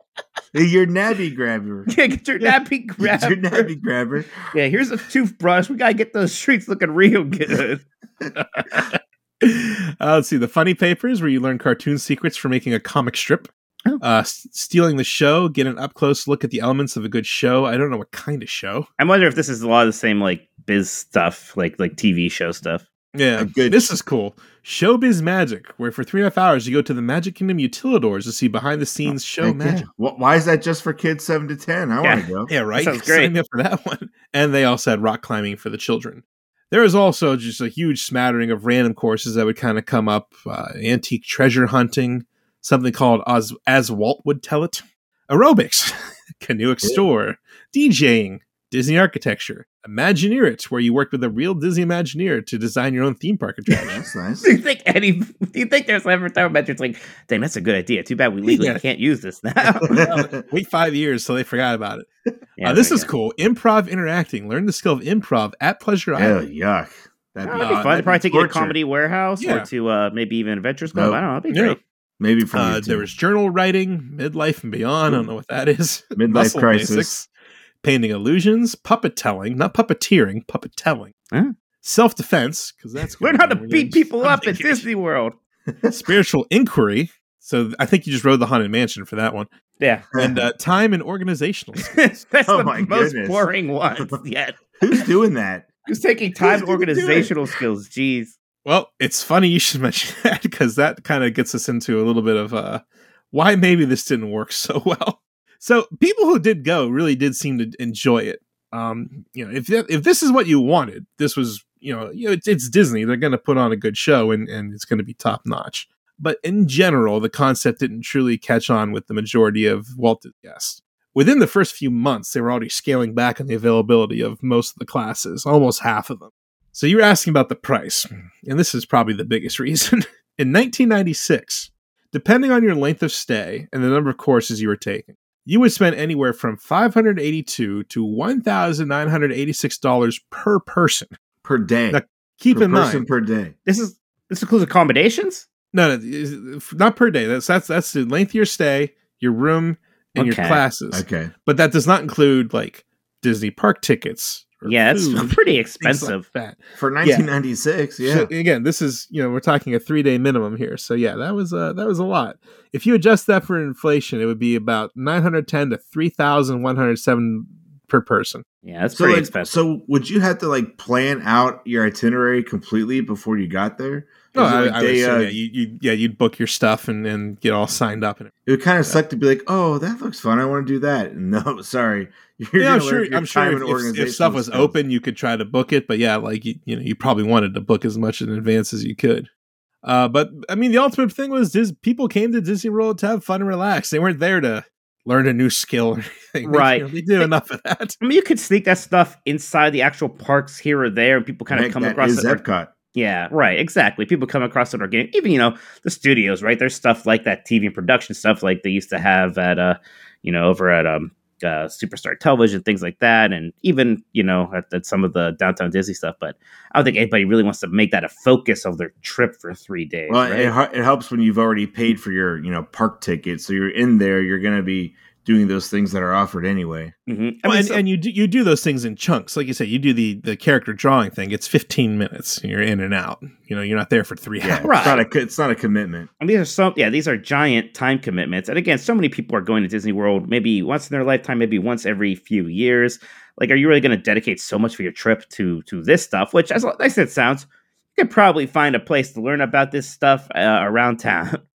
[SPEAKER 5] Your nabby grabber.
[SPEAKER 4] Yeah, get your nappy
[SPEAKER 5] Your
[SPEAKER 4] grab.
[SPEAKER 5] nabby grabber.
[SPEAKER 4] Yeah, here's a toothbrush. We gotta get those streets looking real good.
[SPEAKER 3] Uh, let's see the funny papers where you learn cartoon secrets for making a comic strip
[SPEAKER 4] Oh.
[SPEAKER 3] uh, s- stealing the show get an up-close look at the elements of a good show i don't know what kind of show
[SPEAKER 4] I wonder if this is a lot of the same like biz stuff, like like TV show stuff.
[SPEAKER 3] yeah
[SPEAKER 5] A good-
[SPEAKER 3] this is cool showbiz magic where for three and a half hours you go to the magic kingdom utilidors to see behind the scenes show
[SPEAKER 5] Heck yeah.
[SPEAKER 3] magic
[SPEAKER 5] Wh- Why is that just for kids 7 to 10? I want
[SPEAKER 4] Yeah.
[SPEAKER 5] to go.
[SPEAKER 3] yeah right
[SPEAKER 4] sounds
[SPEAKER 3] sign me up for that one and they also had rock climbing for the children there is also just a huge smattering of random courses that would kind of come up uh, antique treasure hunting something called as, as walt would tell it aerobics canoeic
[SPEAKER 5] Yeah.
[SPEAKER 3] store djing disney architecture imagineer it where you work with a real disney imagineer to design your own theme park attraction
[SPEAKER 5] That's nice.
[SPEAKER 4] Do you think any? Do you think there's ever time metrics like, dang, that's a good idea. Too bad we legally
[SPEAKER 3] Yeah.
[SPEAKER 4] can't use this now.
[SPEAKER 5] Uh,
[SPEAKER 3] wait five years so they forgot about it
[SPEAKER 4] Yeah,
[SPEAKER 3] Uh, this
[SPEAKER 4] there
[SPEAKER 3] is
[SPEAKER 4] you go.
[SPEAKER 3] cool improv interacting learn the skill of improv at pleasure
[SPEAKER 5] Oh,
[SPEAKER 3] island
[SPEAKER 5] yuck. That'd
[SPEAKER 4] Oh, that'd be
[SPEAKER 5] be,
[SPEAKER 3] Uh,
[SPEAKER 4] fun.
[SPEAKER 5] that'd
[SPEAKER 4] They'd probably
[SPEAKER 5] be
[SPEAKER 4] take you to
[SPEAKER 5] torture.
[SPEAKER 4] Comedy Warehouse
[SPEAKER 3] Yeah.
[SPEAKER 4] or to uh, maybe even Adventures Club.
[SPEAKER 5] Nope.
[SPEAKER 4] I don't know. That'd be
[SPEAKER 3] Yeah.
[SPEAKER 4] great.
[SPEAKER 5] Maybe from
[SPEAKER 3] Uh,
[SPEAKER 5] YouTube.
[SPEAKER 3] there was journal writing, midlife and beyond. I don't know what that is.
[SPEAKER 5] Midlife
[SPEAKER 3] Muscle
[SPEAKER 5] crisis.
[SPEAKER 3] painting illusions, puppet telling, not puppeteering, puppet telling,
[SPEAKER 4] Huh?
[SPEAKER 3] self defense because that's
[SPEAKER 4] Learn
[SPEAKER 3] good.
[SPEAKER 4] how to
[SPEAKER 3] We're
[SPEAKER 4] beat
[SPEAKER 3] gonna-
[SPEAKER 4] people up at Disney World.
[SPEAKER 3] Spiritual inquiry. So th- I think you just rode the haunted mansion for that one.
[SPEAKER 4] Yeah,
[SPEAKER 3] And uh, time and organizational.
[SPEAKER 4] that's
[SPEAKER 5] Oh
[SPEAKER 4] the
[SPEAKER 5] my
[SPEAKER 4] most
[SPEAKER 5] goodness.
[SPEAKER 4] boring one yet.
[SPEAKER 5] Who's doing that?
[SPEAKER 4] Who's taking time
[SPEAKER 5] Who's even doing it?
[SPEAKER 4] organizational skills? Jeez.
[SPEAKER 3] Well, it's funny you should mention that because that kind of gets us into a little bit of uh, why maybe this didn't work so well. So people who did go really did seem to enjoy it. Um, you know, if that, if this is what you wanted, this was you know, you know it's, it's Disney. They're going to put on a good show and and it's going to be top notch. But in general, the concept didn't truly catch on with the majority of Walt's guests. Within the first few months, they were already scaling back on the availability of most of the classes, almost half of them. So you were asking about the price, and this is probably the biggest reason. In 1996, depending on your length of stay and the number of courses you were taking, you would spend anywhere from 582 to 1986 dollars per person.
[SPEAKER 5] Per day.
[SPEAKER 3] Now, Keep
[SPEAKER 5] per
[SPEAKER 3] in
[SPEAKER 5] person
[SPEAKER 3] mind,
[SPEAKER 5] per day.
[SPEAKER 4] This is this includes accommodations.
[SPEAKER 3] no, no, is- not per day. That's that's that's the length of your stay, your room, and
[SPEAKER 4] Okay.
[SPEAKER 3] your classes.
[SPEAKER 5] Okay.
[SPEAKER 3] But that does not include like Disney park tickets. or
[SPEAKER 4] Yeah, it's
[SPEAKER 3] food,
[SPEAKER 4] pretty
[SPEAKER 3] things like
[SPEAKER 4] expensive.
[SPEAKER 3] that.
[SPEAKER 5] For 1996, yeah.
[SPEAKER 3] So, again, this is you know we're talking a three day minimum here, so yeah, that was uh, that was a lot. If you adjust that for inflation, it would be about nine hundred ten to three thousand one hundred seven per person.
[SPEAKER 4] Yeah, that's
[SPEAKER 5] So,
[SPEAKER 4] pretty
[SPEAKER 5] like,
[SPEAKER 4] expensive.
[SPEAKER 5] so would you have to like plan out your itinerary completely before you got there?
[SPEAKER 3] No,
[SPEAKER 5] Is it,
[SPEAKER 3] Oh, I,
[SPEAKER 5] like,
[SPEAKER 3] I would
[SPEAKER 5] day,
[SPEAKER 3] assume,
[SPEAKER 5] uh,
[SPEAKER 3] yeah, you, you yeah you'd book your stuff and and get all signed up and
[SPEAKER 5] It would kind of suck to be like, oh, that looks fun. I want to do that. No, sorry. You're
[SPEAKER 3] yeah, I'm
[SPEAKER 5] gonna learn
[SPEAKER 3] sure
[SPEAKER 5] your
[SPEAKER 3] I'm sure
[SPEAKER 5] time
[SPEAKER 3] if,
[SPEAKER 5] and
[SPEAKER 3] if- if
[SPEAKER 5] organizational
[SPEAKER 3] stuff was
[SPEAKER 5] skills.
[SPEAKER 3] open, you could try to book it, but yeah, like you, you know you probably wanted to book as much in advance as you could. Uh, but I mean, the ultimate thing was Dis- people came to Disney World to have fun and relax. They weren't there to learn a new skill or anything. They-
[SPEAKER 4] Right.
[SPEAKER 3] you know, they do enough of that.
[SPEAKER 4] I mean, you could sneak that stuff inside the actual parks here or there, and people kind of
[SPEAKER 5] Heck,
[SPEAKER 4] come
[SPEAKER 5] that
[SPEAKER 4] across
[SPEAKER 5] is
[SPEAKER 4] it. or-
[SPEAKER 5] Epcot.
[SPEAKER 4] Yeah, right. Exactly. People come across it organic. Even you know the studios, right? There's stuff like that TV and production stuff, like they used to have at uh, you know, over at um, uh, Superstar Television, things like that, and even you know at, at some of the downtown Disney stuff. But I don't think anybody really wants to make that a focus of their trip for three days.
[SPEAKER 5] Well,
[SPEAKER 4] right?
[SPEAKER 5] it, hu- it helps when you've already paid for your, you know, park ticket. So you're in there. You're going to be doing those things that are offered anyway.
[SPEAKER 4] Mhm. I
[SPEAKER 3] Well,
[SPEAKER 4] mean,
[SPEAKER 3] and,
[SPEAKER 4] so-
[SPEAKER 3] and you do, you do those things in chunks, like you say. You do the the character drawing thing. It's fifteen minutes. And you're in and out. You know, you're not there for three hours.
[SPEAKER 5] Yeah, it's, not a, co- it's not a commitment.
[SPEAKER 4] And these are some, yeah, these are giant time commitments. And again, so many people are going to Disney World maybe once in their lifetime, maybe once every few years. Like, are you really going to dedicate so much for your trip to to this stuff? Which, as nice as it sounds, you could probably find a place to learn about this stuff uh, around town.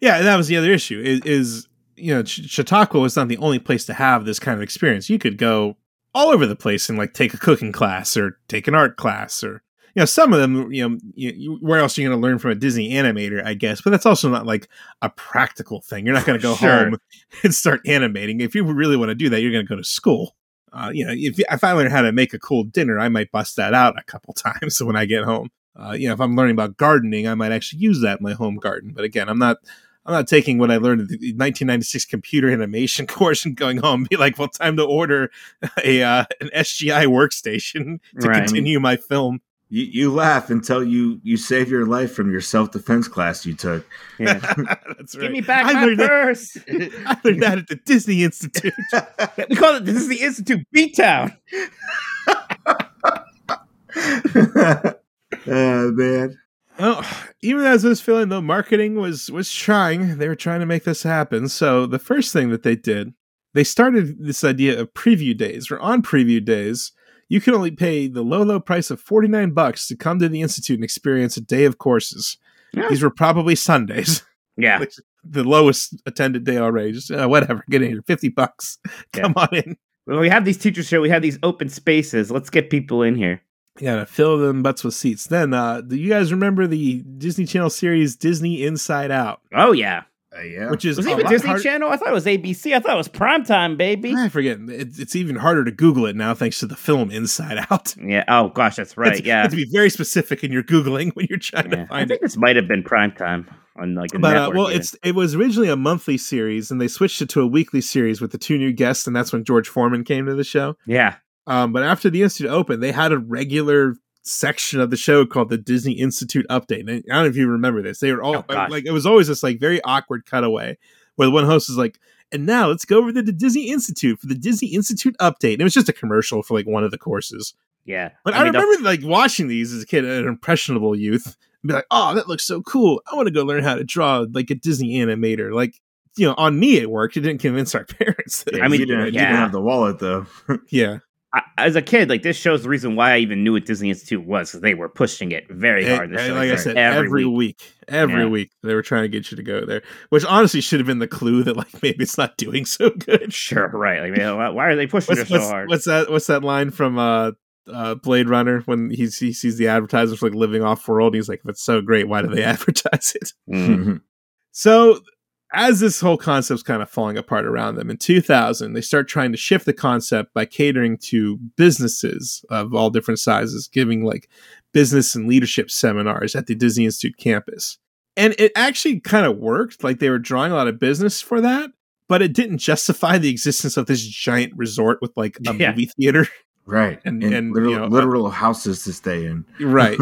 [SPEAKER 3] Yeah, and that was the other issue. Is, is you know, Ch- Chautauqua was not the only place to have this kind of experience. You could go all over the place and like take a cooking class or take an art class or you know some of them. You know, you, you, where else are you going to learn from a Disney animator? I guess, but that's also not like a practical thing. You're not going to go
[SPEAKER 4] Sure.
[SPEAKER 3] home and start animating. If you really want to do that, you're going to go to school. Uh, you know, if, if I learn how to make a cool dinner, I might bust that out a couple times when I get home. Uh, you know, if I'm learning about gardening, I might actually use that in my home garden. But again, I'm not I'm not taking what I learned at the 1996 computer animation course and going home and be like, well, time to order a uh, an SGI workstation to
[SPEAKER 4] Right.
[SPEAKER 3] continue my film.
[SPEAKER 5] You, you laugh until you you save your life from your self defense class you took.
[SPEAKER 4] Yeah.
[SPEAKER 3] That's right.
[SPEAKER 4] Give me back
[SPEAKER 3] I
[SPEAKER 4] my
[SPEAKER 3] learned that-
[SPEAKER 4] purse.
[SPEAKER 3] I learned that at the Disney Institute.
[SPEAKER 4] we call it this is the Institute Beat Town.
[SPEAKER 5] oh man,
[SPEAKER 3] Oh, even as I was feeling though, marketing was was trying. They were trying to make this happen. So the first thing that they did, they started this idea of preview days. Or on preview days, you can only pay the low low price of forty nine bucks to come to the institute and experience a day of courses.
[SPEAKER 4] Yeah.
[SPEAKER 3] These were probably Sundays,
[SPEAKER 4] Yeah.
[SPEAKER 3] the lowest attended day already. Just uh, whatever, get in here, fifty bucks.
[SPEAKER 4] Yeah.
[SPEAKER 3] Come on in.
[SPEAKER 4] Well, we have these teachers here. We have these open spaces. Let's get people in here.
[SPEAKER 3] Yeah, to fill them butts with seats. Then, uh, do you guys remember the Disney Channel series Disney Inside Out,
[SPEAKER 4] Oh yeah.
[SPEAKER 5] Uh, yeah.
[SPEAKER 3] which is
[SPEAKER 4] Was
[SPEAKER 3] a
[SPEAKER 4] it even
[SPEAKER 3] lot
[SPEAKER 4] Disney
[SPEAKER 3] harder-
[SPEAKER 4] Channel? I thought it was ABC. I thought it was primetime, baby.
[SPEAKER 3] I forget. It, it's even harder to Google it now thanks to the film Inside Out.
[SPEAKER 4] Yeah. Oh gosh, that's right.
[SPEAKER 3] It's- you
[SPEAKER 4] yeah.
[SPEAKER 3] have to be very specific in your Googling when you're trying
[SPEAKER 4] Yeah.
[SPEAKER 3] to
[SPEAKER 4] I
[SPEAKER 3] find
[SPEAKER 4] think
[SPEAKER 3] it.
[SPEAKER 4] this might have been primetime on like a
[SPEAKER 3] But uh,
[SPEAKER 4] network.
[SPEAKER 3] well,
[SPEAKER 4] even.
[SPEAKER 3] it's it was originally a monthly series, and they switched it to a weekly series with the two new guests, and that's when George Foreman came to the show.
[SPEAKER 4] yeah.
[SPEAKER 3] Um, but after the Institute opened, they had a regular section of the show called the Disney Institute Update. And I don't know if you remember this. They were all
[SPEAKER 4] Oh, gosh.
[SPEAKER 3] like, it was always this like very awkward cutaway where the one host was like, and now let's go over to the Disney Institute for the Disney Institute Update. And it was just a commercial for like one of the courses.
[SPEAKER 4] Yeah.
[SPEAKER 3] But I,
[SPEAKER 4] mean, the-
[SPEAKER 3] remember like watching these as a kid, an impressionable youth, and be like, oh, that looks so cool. I want to go learn how to draw like a Disney animator. Like, you know, on me it worked. It didn't convince our parents. That it
[SPEAKER 4] I mean,
[SPEAKER 5] you didn't, you didn't
[SPEAKER 4] yeah.
[SPEAKER 5] have the wallet though.
[SPEAKER 3] was- yeah.
[SPEAKER 4] I, as a kid, like this shows the reason why I even knew what Disney Institute was because they were pushing it very
[SPEAKER 3] Hey,
[SPEAKER 4] hard. This
[SPEAKER 3] hey,
[SPEAKER 4] show,
[SPEAKER 3] like I
[SPEAKER 4] like,
[SPEAKER 3] said,
[SPEAKER 4] every
[SPEAKER 3] every, week.
[SPEAKER 4] week.
[SPEAKER 3] every
[SPEAKER 4] Yeah.
[SPEAKER 3] week they were trying to get you to go there, which honestly should have been the clue that like maybe it's not doing so good.
[SPEAKER 4] Sure, right. Like, man, why- why are they pushing
[SPEAKER 3] What's,
[SPEAKER 4] it so
[SPEAKER 3] what's,
[SPEAKER 4] hard?
[SPEAKER 3] what's that? What's that line from uh, uh, Blade Runner when he, he sees the advertisers like living off world? He's like, "If it's so great, why do they advertise it?"
[SPEAKER 4] Mm.
[SPEAKER 3] So, as this whole concept's kind of falling apart around them, in 2000, they start trying to shift the concept by catering to businesses of all different sizes, giving like business and leadership seminars at the Disney Institute campus. And it actually kind of worked. Like they were drawing a lot of business for that, but it didn't justify the existence of this giant resort with like a
[SPEAKER 4] Yeah.
[SPEAKER 3] movie theater.
[SPEAKER 5] right,
[SPEAKER 3] And-
[SPEAKER 5] and,
[SPEAKER 3] and,
[SPEAKER 5] literal,
[SPEAKER 3] you know, uh,
[SPEAKER 5] literal houses to stay in.
[SPEAKER 3] Right.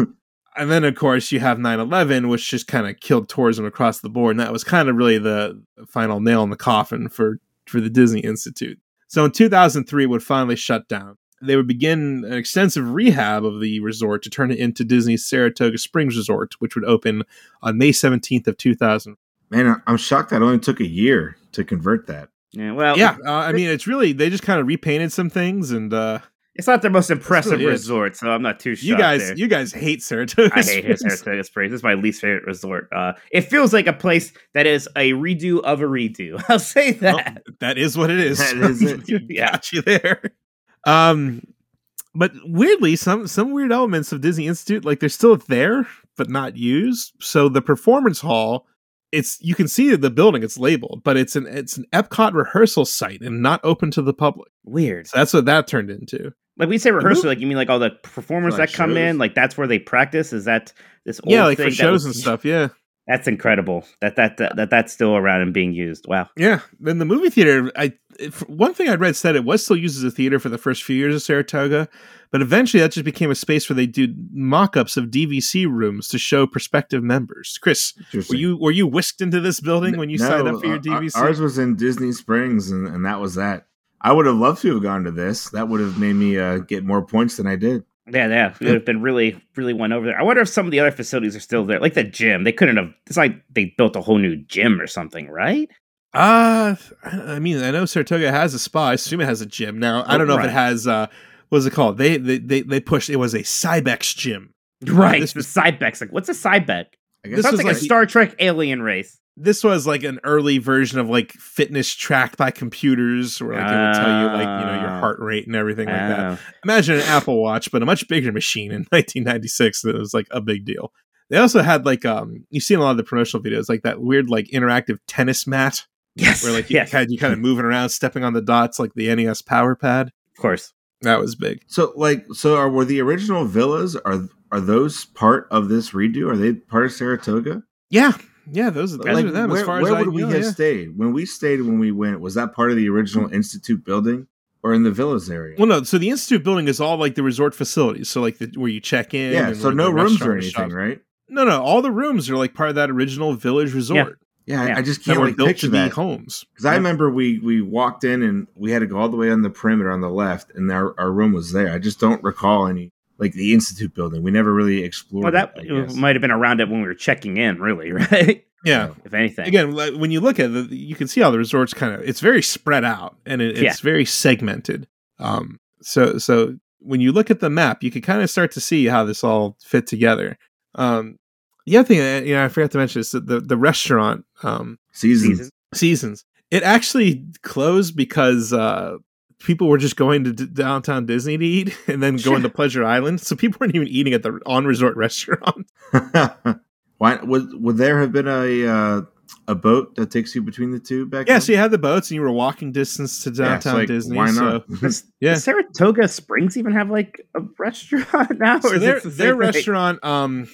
[SPEAKER 3] and then of course you have 9-11 which just kind of killed tourism across the board and that was kind of really the final nail in the coffin for for the disney institute so in 2003 it would finally shut down they would begin an extensive rehab of the resort to turn it into disney's saratoga springs resort which would open on may 17th of 2000
[SPEAKER 5] Man, I- I'm shocked that it only took a year to convert that.
[SPEAKER 4] Yeah, well,
[SPEAKER 3] yeah uh, i mean it's really they just kind of repainted some things and uh
[SPEAKER 4] it's not their most impressive
[SPEAKER 3] really is.
[SPEAKER 4] resort, so I'm not too sure.
[SPEAKER 3] you guys you guys hate saratoga
[SPEAKER 4] I hate his
[SPEAKER 3] Springs.
[SPEAKER 4] Saratoga Springs. It's my least favorite resort. Uh, it feels like a place that is a redo of a redo. I'll say
[SPEAKER 3] Well,
[SPEAKER 4] that.
[SPEAKER 3] that is what it is.
[SPEAKER 5] That is it.
[SPEAKER 4] Yeah.
[SPEAKER 3] Got you there. Um, but weirdly, some some weird elements of Disney Institute, like they're still there but not used. So the performance hall, it's you can see the building. It's labeled, but it's an it's an Epcot rehearsal site and not open to the public.
[SPEAKER 4] Weird.
[SPEAKER 3] So that's what that turned into.
[SPEAKER 4] Like we say rehearsal,
[SPEAKER 3] movie-
[SPEAKER 4] like you mean like all the performers
[SPEAKER 5] Like
[SPEAKER 4] that come
[SPEAKER 5] shows?
[SPEAKER 4] in, like that's where they practice. Is that this? Old
[SPEAKER 3] yeah, like
[SPEAKER 4] thing
[SPEAKER 3] for
[SPEAKER 4] that
[SPEAKER 3] shows
[SPEAKER 4] was-
[SPEAKER 3] and stuff. Yeah,
[SPEAKER 4] That's incredible that that, that that that's still around and being used. Wow.
[SPEAKER 3] Yeah, then the movie theater. I if, one thing I'd read said it was still used as a theater for the first few years of Saratoga, but eventually that just became a space where they do mock-ups of DVC rooms to show prospective members. Chris, were
[SPEAKER 5] Interesting.
[SPEAKER 3] you were you whisked into this building when you signed up for your
[SPEAKER 5] our- our-
[SPEAKER 3] DVC?
[SPEAKER 5] uh, Ours was in Disney Springs, and, and that was that. I would have loved to have gone to this. That would have made me uh, get more points than I did.
[SPEAKER 4] Yeah, yeah. It would have been really, really went over there. I wonder if some of the other facilities are still there. Like the gym. They couldn't have it's like they built a whole new gym or something, right?
[SPEAKER 3] Uh, I I mean, I know Saratoga has a spa. I assume it has a gym. Now, I don't know if
[SPEAKER 4] Right.
[SPEAKER 3] it has. Uh, what is it called? They they they, they pushed. It was a Cybex gym.
[SPEAKER 4] Right.
[SPEAKER 3] This
[SPEAKER 4] the
[SPEAKER 3] was,
[SPEAKER 4] Cybex. Like, what's a Cybex?
[SPEAKER 5] I
[SPEAKER 3] This
[SPEAKER 5] guess
[SPEAKER 4] Sounds
[SPEAKER 3] was
[SPEAKER 4] like, a
[SPEAKER 3] like-
[SPEAKER 4] Star Trek alien race.
[SPEAKER 3] this was like an early version of like fitness tracked by computers, where like it would tell you like you know your
[SPEAKER 4] Ah.
[SPEAKER 3] heart rate and everything like
[SPEAKER 5] Ah.
[SPEAKER 3] that.
[SPEAKER 4] Oh.
[SPEAKER 3] imagine an Apple Watch, but a much bigger machine in 1996. That was like a big deal. They also had like um, you've seen a lot of the promotional videos, like that weird like interactive tennis mat
[SPEAKER 4] Yes.
[SPEAKER 3] where like you
[SPEAKER 4] yes.
[SPEAKER 3] kind you kind of moving around, stepping on the dots like the NES Power Pad.
[SPEAKER 4] of course.
[SPEAKER 3] That was big.
[SPEAKER 5] so. Like, so are were the original villas are are those part of this redo? Are they part of Saratoga?
[SPEAKER 3] Yeah, yeah, those, those
[SPEAKER 5] Like,
[SPEAKER 3] are them.
[SPEAKER 5] where,
[SPEAKER 3] as far
[SPEAKER 5] where
[SPEAKER 3] as I
[SPEAKER 5] would we
[SPEAKER 3] know,
[SPEAKER 5] have
[SPEAKER 3] yeah.
[SPEAKER 5] stayed when we stayed when we went? Was that part of the original Institute building or in the villas area?
[SPEAKER 3] Well, no. So the institute building is all like the resort facilities. So like the, where you check in.
[SPEAKER 5] yeah,
[SPEAKER 3] and
[SPEAKER 5] so
[SPEAKER 3] where
[SPEAKER 5] no
[SPEAKER 3] the
[SPEAKER 5] rooms or
[SPEAKER 3] restaurant and
[SPEAKER 5] anything,
[SPEAKER 3] shops-
[SPEAKER 5] right?
[SPEAKER 3] No, no. All the rooms are like part of that original village resort
[SPEAKER 5] Yeah, I-
[SPEAKER 4] Yeah.
[SPEAKER 5] I just
[SPEAKER 3] that
[SPEAKER 5] can't
[SPEAKER 3] were
[SPEAKER 5] like
[SPEAKER 3] built
[SPEAKER 5] picture
[SPEAKER 3] to be
[SPEAKER 5] that.
[SPEAKER 3] homes.
[SPEAKER 5] Because I remember we we walked in and we had to go all the way on the perimeter on the left, and our, our room was there. I just don't recall any like the institute building. We never really explored.
[SPEAKER 4] Well, that
[SPEAKER 5] it, I guess.
[SPEAKER 4] might have been around it when we were checking in, really, right?
[SPEAKER 3] Yeah.
[SPEAKER 4] if anything.
[SPEAKER 3] again like, when you look at it you can see how the resorts kind of it's very spread out and it, it's
[SPEAKER 4] Yeah.
[SPEAKER 3] very segmented um so so when you look at the map you can kind of start to see how this all fit together um the other thing that, you know i forgot to mention is that the, the restaurant um
[SPEAKER 5] seasons.
[SPEAKER 4] Jesus.
[SPEAKER 3] seasons it actually closed because uh people were just going to d- downtown disney to eat and then
[SPEAKER 4] Sure.
[SPEAKER 3] going to pleasure island so people weren't even eating at the on resort restaurant
[SPEAKER 5] Why would would there have been a uh, a boat that takes you between the two back?
[SPEAKER 3] yeah
[SPEAKER 5] then?
[SPEAKER 3] so you had the boats and you were walking distance to
[SPEAKER 5] Yeah, it's
[SPEAKER 3] downtown
[SPEAKER 5] like,
[SPEAKER 3] disney
[SPEAKER 5] Why
[SPEAKER 3] so-
[SPEAKER 5] not?
[SPEAKER 4] Does,
[SPEAKER 3] Yeah.
[SPEAKER 4] does Saratoga Springs even have like a restaurant now?
[SPEAKER 3] So
[SPEAKER 4] or is
[SPEAKER 3] their
[SPEAKER 4] it the
[SPEAKER 3] their
[SPEAKER 4] same thing?
[SPEAKER 3] restaurant, um,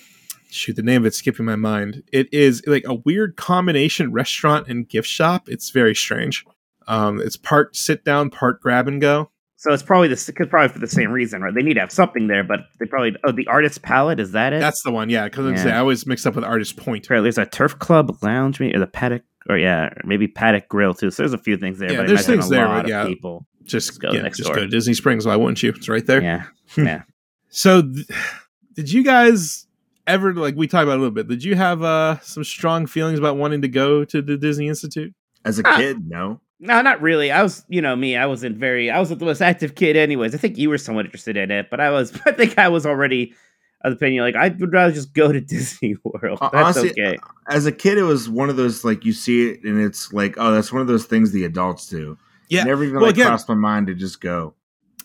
[SPEAKER 3] shoot, the name of it's skipping my mind. It is like a weird combination restaurant and gift shop. It's very strange. Um, it's part sit down, part grab and go.
[SPEAKER 4] So it's probably this could probably for the same reason, right? They need to have something there, but they probably oh the artist palette is that it?
[SPEAKER 3] That's the one, yeah. Because
[SPEAKER 4] Yeah.
[SPEAKER 3] I always mix up with Artist Point.
[SPEAKER 4] Apparently there's a turf club lounge maybe, or the paddock or yeah or maybe paddock grill too. So there's a few things there.
[SPEAKER 3] Yeah,
[SPEAKER 4] but I
[SPEAKER 3] there's
[SPEAKER 4] imagine
[SPEAKER 3] things
[SPEAKER 4] a
[SPEAKER 3] there,
[SPEAKER 4] lot
[SPEAKER 3] but yeah.
[SPEAKER 4] of people.
[SPEAKER 3] Just
[SPEAKER 4] Let's go
[SPEAKER 3] yeah,
[SPEAKER 4] next
[SPEAKER 3] just
[SPEAKER 4] door.
[SPEAKER 3] go to Disney Springs. Why wouldn't you? It's right there.
[SPEAKER 4] Yeah,
[SPEAKER 3] So, th- did you guys ever like we talked about it a little bit? Did you have uh some strong feelings about wanting to go to the Disney Institute?
[SPEAKER 5] As a
[SPEAKER 4] Ah.
[SPEAKER 5] kid, no.
[SPEAKER 4] no, not really. I was you know me. I wasn't very. I was the most active kid, anyways. I think you were somewhat interested in it, but I was. I think I was already of the opinion like I would rather just go to Disney World.
[SPEAKER 5] Uh,
[SPEAKER 4] That's
[SPEAKER 5] honestly,
[SPEAKER 4] okay.
[SPEAKER 5] As a kid, it was one of those like you see it and it's like, oh, that's one of those things the adults do.
[SPEAKER 3] Yeah.
[SPEAKER 5] never even
[SPEAKER 3] Well,
[SPEAKER 5] like
[SPEAKER 3] again-
[SPEAKER 5] crossed my mind to just go.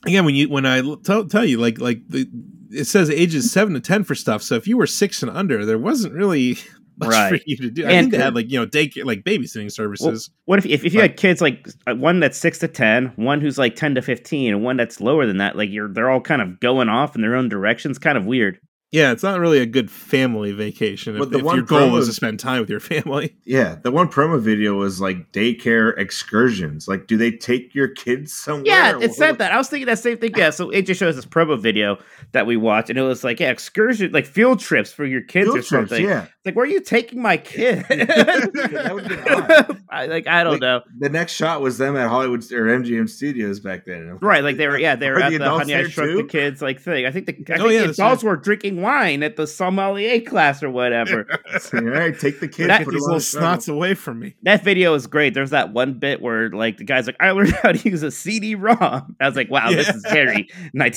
[SPEAKER 3] again when you when I l- tell tell you like like the it says ages seven to ten for stuff. So if you were six and under, there wasn't really much for
[SPEAKER 4] Right.
[SPEAKER 3] you to do. I
[SPEAKER 4] And-
[SPEAKER 3] think they had like you know daycare like babysitting services.
[SPEAKER 4] What if, if, if you
[SPEAKER 3] Right.
[SPEAKER 4] had kids like uh, one that's six to ten, one who's like ten to fifteen, and one that's lower than that? Like you're, they're all kind of going off in their own directions. Kind of weird.
[SPEAKER 3] yeah, it's not really a good family vacation if,
[SPEAKER 5] But the
[SPEAKER 3] if
[SPEAKER 5] one
[SPEAKER 3] your goal
[SPEAKER 5] pro
[SPEAKER 3] is to
[SPEAKER 5] is-
[SPEAKER 3] spend time with your family.
[SPEAKER 5] Yeah, the one promo video was like daycare excursions. Like, do they take your kids somewhere?
[SPEAKER 4] Yeah, it
[SPEAKER 5] What-
[SPEAKER 4] said that. I was thinking that same thing. Yeah, so it just shows this promo video that we watched, and it was like yeah, excursion, like field trips for your kids
[SPEAKER 5] Field
[SPEAKER 4] or
[SPEAKER 5] trips,
[SPEAKER 4] something.
[SPEAKER 5] Yeah,
[SPEAKER 4] It's Like where are you taking my kid?
[SPEAKER 5] That would get odd.
[SPEAKER 4] I, like I don't
[SPEAKER 5] Like-
[SPEAKER 4] know.
[SPEAKER 5] the next shot was them at Hollywood or MGM Studios back then.
[SPEAKER 4] Right, like they were, yeah, they were
[SPEAKER 5] Are
[SPEAKER 4] at
[SPEAKER 5] the
[SPEAKER 4] the,
[SPEAKER 5] adults
[SPEAKER 4] Honey I
[SPEAKER 5] there
[SPEAKER 4] Shrunk
[SPEAKER 5] too?
[SPEAKER 4] the Kids like thing. I think the, I
[SPEAKER 3] Oh,
[SPEAKER 4] think
[SPEAKER 3] yeah,
[SPEAKER 4] the
[SPEAKER 3] that's
[SPEAKER 4] adults were drinking wine at the sommelier class or whatever.
[SPEAKER 5] All right, take the kids.
[SPEAKER 4] That-
[SPEAKER 3] Get
[SPEAKER 5] put
[SPEAKER 3] these
[SPEAKER 5] them on
[SPEAKER 3] little
[SPEAKER 5] the shuttle.
[SPEAKER 3] snots away from me.
[SPEAKER 4] That video is great. There's that one bit where like the guy's like, I learned how to use a CD-ROM. I was like, wow, this is very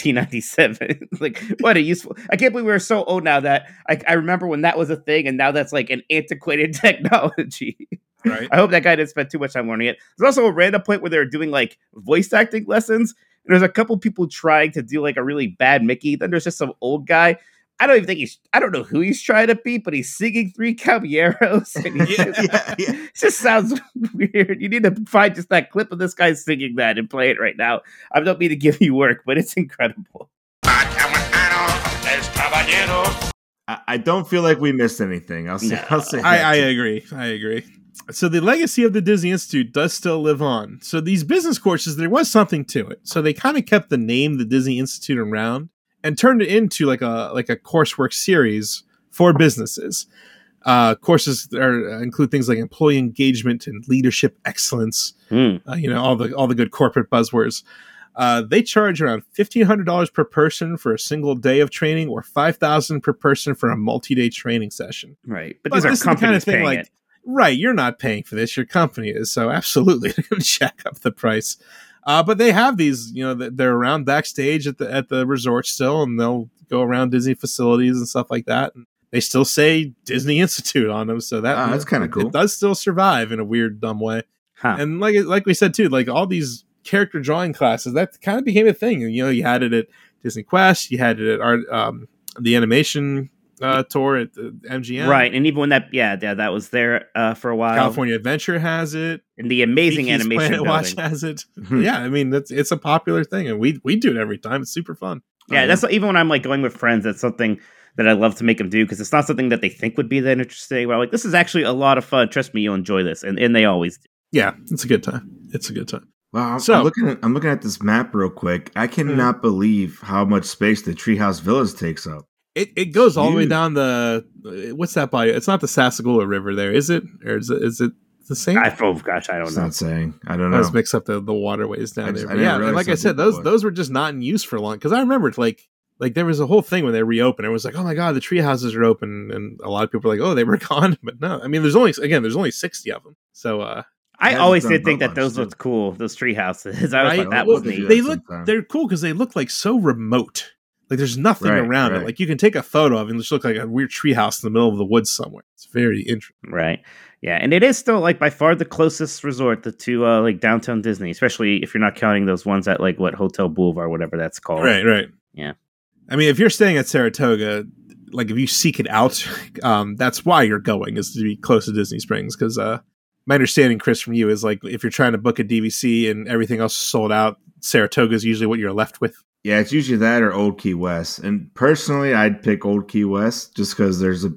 [SPEAKER 4] 1997. like, what a useful. I can't believe we are so old now that I, I remember when that was a thing, and now that's like an antiquated technology.
[SPEAKER 3] Right.
[SPEAKER 4] I hope that guy didn't spend too much time learning it. There's also a random point where they were doing like voice acting lessons, and there's a couple people trying to do like a really bad Mickey. Then there's just some old guy. I don't even think he's. I don't know who he's trying to be, but he's singing Three Caballeros. And he's just-
[SPEAKER 5] yeah, yeah.
[SPEAKER 4] it just sounds weird. You need to find just that clip of this guy singing that and play it right now. I don't mean to give you work, but it's incredible.
[SPEAKER 5] I, I don't feel like we missed anything. I'll say.
[SPEAKER 4] No.
[SPEAKER 5] I'll say.
[SPEAKER 3] I,
[SPEAKER 5] that.
[SPEAKER 3] I uh, agree. I agree. So the legacy of the Disney Institute does still live on. So these business courses, there was something to it. So they kind of kept the name the Disney Institute around and turned it into like a like a coursework series for businesses. Uh, courses that are, uh, include things like employee engagement and leadership excellence.
[SPEAKER 4] Hmm.
[SPEAKER 3] Uh, you know all the all the good corporate buzzwords. Uh, they charge around fifteen hundred dollars per person for a single day of training, or five thousand per person for a multi-day training session.
[SPEAKER 4] Right. But
[SPEAKER 3] Plus,
[SPEAKER 4] these are
[SPEAKER 3] this is the kind
[SPEAKER 4] companies
[SPEAKER 3] of thing
[SPEAKER 4] paying
[SPEAKER 3] like,
[SPEAKER 4] it.
[SPEAKER 3] right, you're not paying for this, your company is. So absolutely, they're going to jack up the price. Uh, but they have these, you know, th- they're around backstage at the at the resort still, and they'll go around Disney facilities and stuff like that. And they still say Disney Institute on them, so that
[SPEAKER 5] Ah, that's kinda
[SPEAKER 3] it-
[SPEAKER 5] cool.
[SPEAKER 3] It does still survive in a weird, dumb way.
[SPEAKER 4] Huh.
[SPEAKER 3] And like like we said too, like all these character drawing classes, that kind of became a thing. You know, you had it at Disney Quest, you had it at art, um, the animation uh, tour at the MGM,
[SPEAKER 4] Right. And even when that, yeah, yeah that was there uh, for a while.
[SPEAKER 3] California Adventure has it.
[SPEAKER 4] And the amazing
[SPEAKER 3] Mickey's
[SPEAKER 4] animation
[SPEAKER 3] Planet
[SPEAKER 4] building.
[SPEAKER 3] Watch has it. Yeah, I mean that's it's a popular thing, and we we do it every time. It's super fun.
[SPEAKER 4] Yeah, that's even when I'm like going with friends. That's something that I love to make them do because it's not something that they think would be that interesting. But I'm like, this is actually a lot of fun. Trust me, you'll enjoy this, and and they always do.
[SPEAKER 3] Yeah, it's a good time. It's a good time.
[SPEAKER 5] Wow, I'm,
[SPEAKER 3] So- Hmm.
[SPEAKER 5] I'm looking at I'm looking at this map real quick. I cannot believe how much space the Treehouse Villas takes up.
[SPEAKER 3] It, it goes all the way
[SPEAKER 5] Huge.
[SPEAKER 3] down the uh, what's that by? It's not the Sassagoula River there, is it? Or is it is it the same?
[SPEAKER 4] I, oh gosh, I don't
[SPEAKER 5] It's
[SPEAKER 4] know.
[SPEAKER 5] not saying. I don't
[SPEAKER 3] I
[SPEAKER 5] know.
[SPEAKER 3] was mix up the, the waterways down
[SPEAKER 5] I just-
[SPEAKER 3] there.
[SPEAKER 5] I
[SPEAKER 3] But
[SPEAKER 5] didn't
[SPEAKER 3] yeah, and
[SPEAKER 5] realize
[SPEAKER 3] like I
[SPEAKER 5] that's
[SPEAKER 3] said,
[SPEAKER 5] what it
[SPEAKER 3] those
[SPEAKER 5] was.
[SPEAKER 3] those were just not in use for long. Because I remembered like like there was a whole thing when they reopened. It was like, oh my god, the tree houses are open, and a lot of people were like, oh, they were gone. But no, I mean, there's only again, there's only sixty of them. So uh,
[SPEAKER 4] I
[SPEAKER 5] Hasn't
[SPEAKER 4] always
[SPEAKER 5] done
[SPEAKER 4] did think
[SPEAKER 5] boat
[SPEAKER 4] that those
[SPEAKER 5] launch,
[SPEAKER 4] looked cool. Those tree houses. I was
[SPEAKER 3] Right?
[SPEAKER 4] like, that
[SPEAKER 3] Well,
[SPEAKER 4] was
[SPEAKER 5] they-
[SPEAKER 4] neat.
[SPEAKER 3] they
[SPEAKER 5] that
[SPEAKER 3] look
[SPEAKER 5] sometime.
[SPEAKER 3] they're cool because they look like so remote. Like there's nothing
[SPEAKER 5] Right,
[SPEAKER 3] around it.
[SPEAKER 5] right.
[SPEAKER 3] Like you can take a photo of it and just look like a weird tree house in the middle of the woods somewhere. It's very interesting.
[SPEAKER 4] Right. Yeah, and it is still like by far the closest resort to- to uh, like downtown Disney, especially if you're not counting those ones at like what Hotel Boulevard, whatever that's called.
[SPEAKER 3] Right, right.
[SPEAKER 4] Yeah.
[SPEAKER 3] I mean, if you're staying at Saratoga, like if you seek it out, um, that's why you're going is to be close to Disney Springs. Because uh, my understanding, Chris, from you is like if you're trying to book a DVC and everything else is sold out, Saratoga is usually what you're left with.
[SPEAKER 5] Yeah, it's usually that or Old Key West. And personally, I'd pick Old Key West just because there's a,